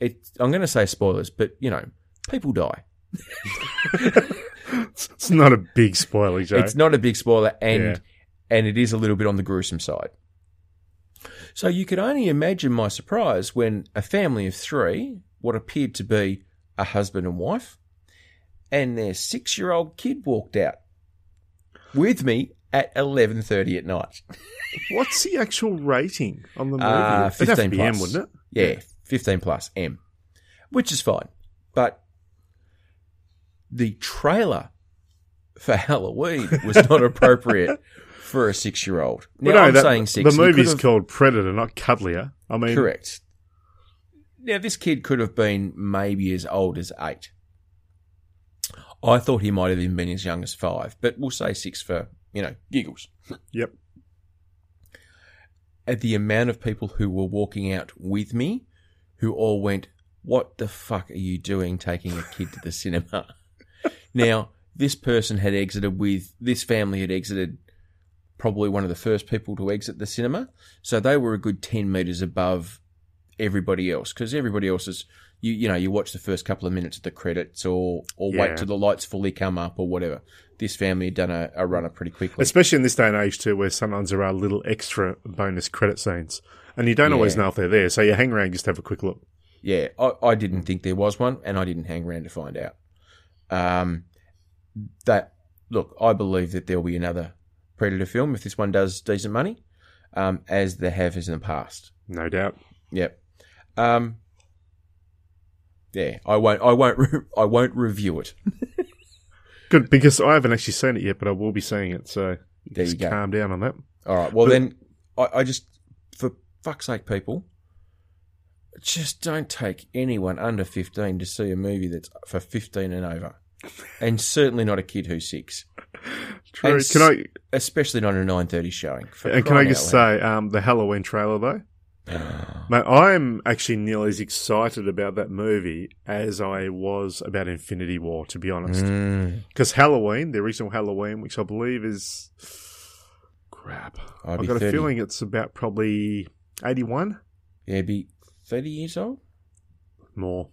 [SPEAKER 2] it, I'm going to say spoilers, but, you know, people die.
[SPEAKER 3] It's it's not a big spoiler, Joe.
[SPEAKER 2] It's not a big spoiler, and
[SPEAKER 3] Yeah.
[SPEAKER 2] and it is a little bit on the gruesome side. So you could only imagine my surprise when a family of three, what appeared to be a husband and wife, and their six-year-old kid walked out with me at eleven thirty at night.
[SPEAKER 3] What's the actual rating on the movie?
[SPEAKER 2] Uh,
[SPEAKER 3] It'd have to
[SPEAKER 2] 15
[SPEAKER 3] be
[SPEAKER 2] plus.
[SPEAKER 3] M, wouldn't it?
[SPEAKER 2] Yeah, 15 plus M, which is fine. But the trailer for Halloween was not appropriate for a six year old. Now,
[SPEAKER 3] Well, no,
[SPEAKER 2] I'm
[SPEAKER 3] that-
[SPEAKER 2] saying six.
[SPEAKER 3] The
[SPEAKER 2] he could
[SPEAKER 3] movie's
[SPEAKER 2] have-
[SPEAKER 3] called Predator, not Cuddlier. I mean,
[SPEAKER 2] Correct. Now, this kid could have been maybe as old as eight. I thought he might have even been as young as five, but we'll say six for, you know, giggles.
[SPEAKER 3] Yep.
[SPEAKER 2] at the amount of people who were walking out with me who all went, What the fuck are you doing taking a kid to the cinema? now, this person had exited with, this family had exited probably one of the first people to exit the cinema. So they were a good 10 meters above everybody else because everybody else is, you you know you watch the first couple of minutes of the credits or or
[SPEAKER 3] Yeah.
[SPEAKER 2] wait till the lights fully come up or whatever. This family had done a, a runner pretty quickly.
[SPEAKER 3] Especially in this day and age, too, where sometimes there are little extra bonus credit scenes. And you don't always
[SPEAKER 2] Yeah.
[SPEAKER 3] know if they're there. So you hang around just to have a quick look.
[SPEAKER 2] Yeah, I, I didn't think there was one, and I didn't hang around to find out. Um, that look, I believe that there'll be another Predator film if this one does decent money, um, as there have is in the past.
[SPEAKER 3] No doubt.
[SPEAKER 2] Yep. Um, yeah, I won't. I won't. Re- I won't review it.
[SPEAKER 3] Good, because I haven't actually seen it yet, but I will be seeing it. So
[SPEAKER 2] There you
[SPEAKER 3] just
[SPEAKER 2] go.
[SPEAKER 3] calm down on that.
[SPEAKER 2] All right. Well,
[SPEAKER 3] But-
[SPEAKER 2] then, I, I just, for fuck's sake, people, just don't take anyone under 15 to see a movie that's for 15 and over. And certainly not a kid who's six,
[SPEAKER 3] True.
[SPEAKER 2] And
[SPEAKER 3] Can I
[SPEAKER 2] especially not a 9.30 showing. For
[SPEAKER 3] and can I
[SPEAKER 2] crying
[SPEAKER 3] just
[SPEAKER 2] out
[SPEAKER 3] say um, the Halloween trailer though?
[SPEAKER 2] loud.
[SPEAKER 3] Mate, I'm actually nearly as excited about that movie as I was about Infinity War, to be honest.
[SPEAKER 2] Mm,
[SPEAKER 3] Because Halloween, the original Halloween, which I believe is crap.
[SPEAKER 2] I'd
[SPEAKER 3] I've
[SPEAKER 2] be
[SPEAKER 3] got
[SPEAKER 2] 30.
[SPEAKER 3] a feeling it's about probably 81
[SPEAKER 2] yeah, be 30 years old?
[SPEAKER 3] more.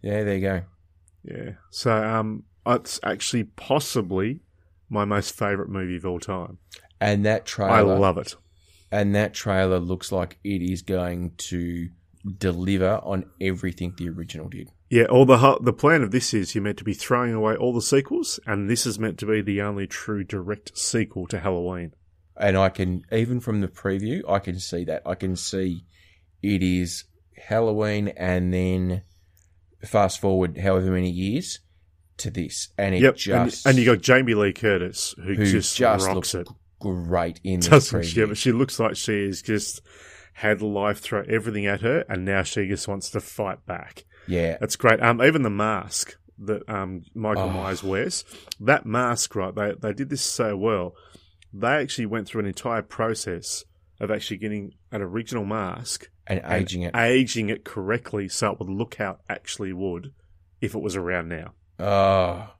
[SPEAKER 2] Yeah, there you go.
[SPEAKER 3] Yeah. So um, it's actually possibly my most favorite movie of all time.
[SPEAKER 2] And that trailer,
[SPEAKER 3] I love it.
[SPEAKER 2] and that trailer looks like it is going to deliver on everything the original did.
[SPEAKER 3] Yeah, all the hu- the plan of this is you're meant to be throwing away all the sequels, and this is meant to be the only true direct sequel to Halloween.
[SPEAKER 2] and I can even from the preview, I can see that. I can see it is Halloween, and then fast forward however many years to this, and it
[SPEAKER 3] yep, and-
[SPEAKER 2] just
[SPEAKER 3] and, you got Jamie Lee Curtis who,
[SPEAKER 2] who
[SPEAKER 3] just, rocks
[SPEAKER 2] looks
[SPEAKER 3] it,
[SPEAKER 2] great in this
[SPEAKER 3] doesn't she?
[SPEAKER 2] preview.
[SPEAKER 3] But she looks like she's just had life throw everything at her, and now she just wants to fight back.
[SPEAKER 2] Yeah,
[SPEAKER 3] That's great. Um, even the mask that um Michael
[SPEAKER 2] Oh.
[SPEAKER 3] Myers wears, that mask, right? They they did this so well. They actually went through an entire process of actually getting an original mask
[SPEAKER 2] and
[SPEAKER 3] and
[SPEAKER 2] aging it.
[SPEAKER 3] aging it correctly so it would look how it actually would if it was around now.
[SPEAKER 2] oh,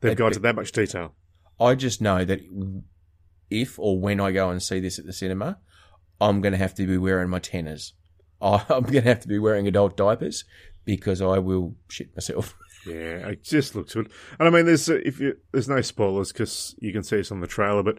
[SPEAKER 3] They've
[SPEAKER 2] It-
[SPEAKER 3] gone to that much detail.
[SPEAKER 2] I just know that if or when I go and see this at the cinema, I'm going to have to be wearing my tenors. I'm going to have to be wearing adult diapers because I will shit myself.
[SPEAKER 3] Yeah, it just looks good. And I mean, there's uh, if you, there's no spoilers because you can see this on the trailer. But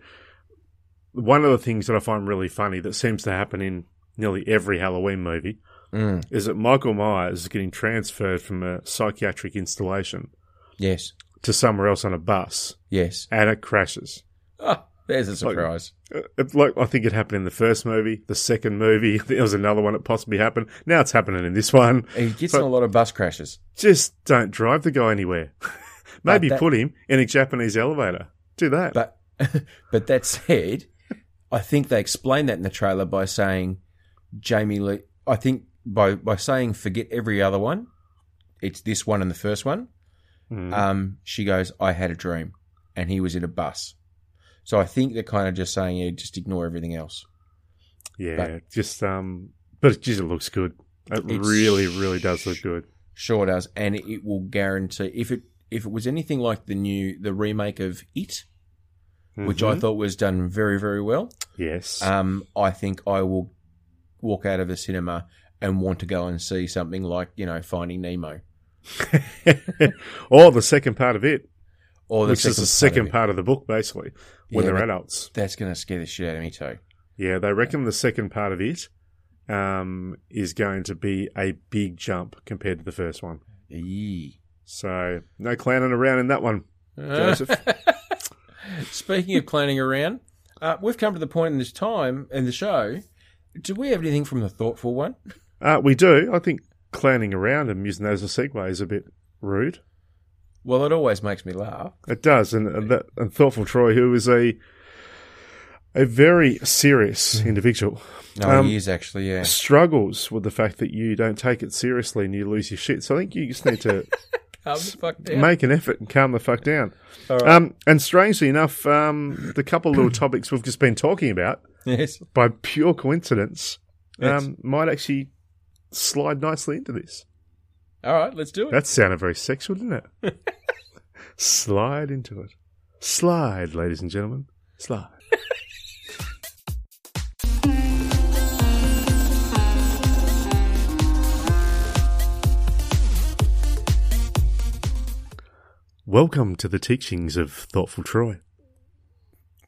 [SPEAKER 3] one of the things that I find really funny that seems to happen in nearly every Halloween movie
[SPEAKER 2] Mm,
[SPEAKER 3] is that Michael Myers is getting transferred from a psychiatric installation
[SPEAKER 2] yes,
[SPEAKER 3] to somewhere else on a bus,
[SPEAKER 2] yes.
[SPEAKER 3] and it crashes.
[SPEAKER 2] Ah, there's a
[SPEAKER 3] Like-
[SPEAKER 2] surprise.
[SPEAKER 3] Uh, it- like I think it happened in the first movie, the second movie. There was another one that possibly happened. Now it's happening in this one.
[SPEAKER 2] he gets
[SPEAKER 3] but-
[SPEAKER 2] in a lot of bus crashes.
[SPEAKER 3] Just don't drive the guy anywhere. Maybe
[SPEAKER 2] But that-
[SPEAKER 3] put him in a Japanese elevator. Do that.
[SPEAKER 2] But but that said, I think they explained that in the trailer by saying Jamie Lee. I think by by saying forget every other one, it's this one and the first one.
[SPEAKER 3] Mm.
[SPEAKER 2] Um, she goes, I had a dream, and he was in a bus. So I think they're kind of just saying, yeah, just ignore everything else.
[SPEAKER 3] yeah,
[SPEAKER 2] but-
[SPEAKER 3] just um. But geez, it looks good. It
[SPEAKER 2] It's-
[SPEAKER 3] really, really does look good.
[SPEAKER 2] Sure does, and it will guarantee if it if it was anything like the new the remake of It, which I
[SPEAKER 3] Mhm.
[SPEAKER 2] thought was done very very well.
[SPEAKER 3] yes,
[SPEAKER 2] um, I think I will walk out of the cinema and want to go and see something like you know Finding Nemo
[SPEAKER 3] or the second part of it,
[SPEAKER 2] or the
[SPEAKER 3] which
[SPEAKER 2] second
[SPEAKER 3] is the
[SPEAKER 2] of
[SPEAKER 3] second
[SPEAKER 2] it.
[SPEAKER 3] part of the book, basically, when
[SPEAKER 2] Yeah,
[SPEAKER 3] they're
[SPEAKER 2] but-
[SPEAKER 3] adults.
[SPEAKER 2] That's going to scare the shit out of me too.
[SPEAKER 3] Yeah, they reckon the second part of it um, is going to be a big jump compared to the first one.
[SPEAKER 2] Eee.
[SPEAKER 3] So no clowning around in that one. Joseph?
[SPEAKER 2] Speaking of clowning around, uh, we've come to the point in this time in the show. Do we have anything from the thoughtful one?
[SPEAKER 3] Uh, we do. I think clowning around and using those as a segue is a bit rude.
[SPEAKER 2] Well, it always makes me laugh.
[SPEAKER 3] It does, and, and, that, and thoughtful Troy, who is a a very serious individual,
[SPEAKER 2] No,
[SPEAKER 3] Um,
[SPEAKER 2] he is actually. Mm. Yeah,
[SPEAKER 3] struggles with the fact that you don't take it seriously and you lose your shit. So I think you just need to
[SPEAKER 2] Calm the fuck down.
[SPEAKER 3] make an effort and calm the fuck down.
[SPEAKER 2] All right.
[SPEAKER 3] Um, and strangely enough, um, the couple little topics we've just been talking about,
[SPEAKER 2] yes.
[SPEAKER 3] by pure coincidence,
[SPEAKER 2] Yes.
[SPEAKER 3] um, might actually slide nicely into this.
[SPEAKER 2] All right, let's do it.
[SPEAKER 3] That sounded very sexual, didn't it? slide into it. Slide, ladies and gentlemen. Slide. Welcome to the teachings of Thoughtful Troy.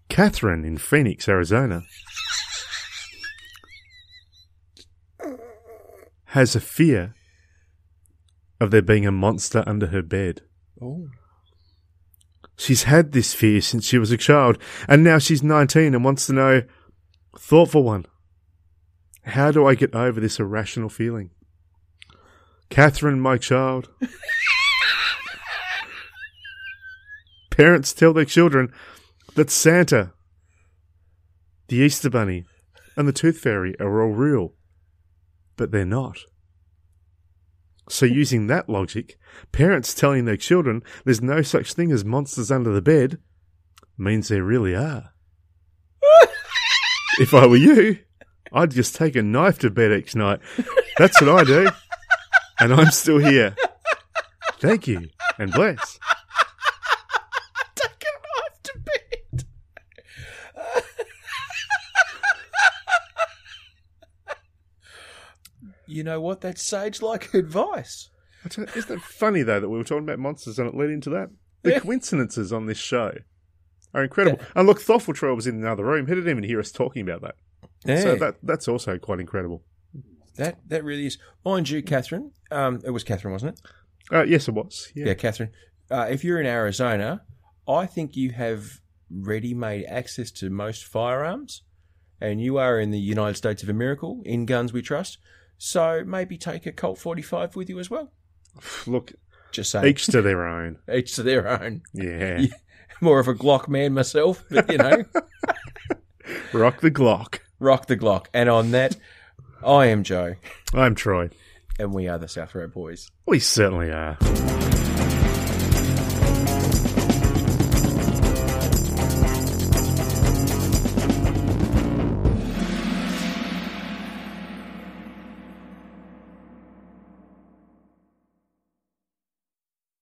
[SPEAKER 3] Catherine in Phoenix, Arizona, has a fear of there being a monster under her bed.
[SPEAKER 2] Oh.
[SPEAKER 3] She's had this fear since she was a child, and now she's 19 and wants to know, thoughtful one, how do I get over this irrational feeling? Catherine, my child. Parents tell their children that Santa, the Easter Bunny, and the Tooth Fairy are all real, but they're not. So, using that logic, parents telling their children there's no such thing as monsters under the bed means there really are. if I were you, I'd just take a knife to bed each night. That's what I do. And I'm still here. Thank you and bless.
[SPEAKER 2] Take a knife to bed. you know what? That's sage like advice.
[SPEAKER 3] I don't- Isn't it funny though that we were talking about monsters and it led into that? The
[SPEAKER 2] Yeah.
[SPEAKER 3] coincidences on this show are incredible. And look, Thoughtful Troy was in another room. He didn't even hear us talking about that. So
[SPEAKER 2] Yeah.
[SPEAKER 3] that that's also quite incredible.
[SPEAKER 2] That that really is, mind you, Catherine. Um, it was Catherine, wasn't it?
[SPEAKER 3] Uh, yes, it was. Yeah.
[SPEAKER 2] Yeah, Catherine. Uh, if you're in Arizona, I think you have ready-made access to most firearms, and you are in the United States of America. In guns, we trust. So maybe take a Colt 45 with you as well.
[SPEAKER 3] Look,
[SPEAKER 2] Just saying,
[SPEAKER 3] each to their own.
[SPEAKER 2] each to their own.
[SPEAKER 3] Yeah.
[SPEAKER 2] Yeah. More of a Glock man myself, but you know,
[SPEAKER 3] Rock the Glock.
[SPEAKER 2] rock the Glock. And on that, I am Joe,
[SPEAKER 3] I'm Troy.
[SPEAKER 2] and we are the South Road Boys.
[SPEAKER 3] We certainly are.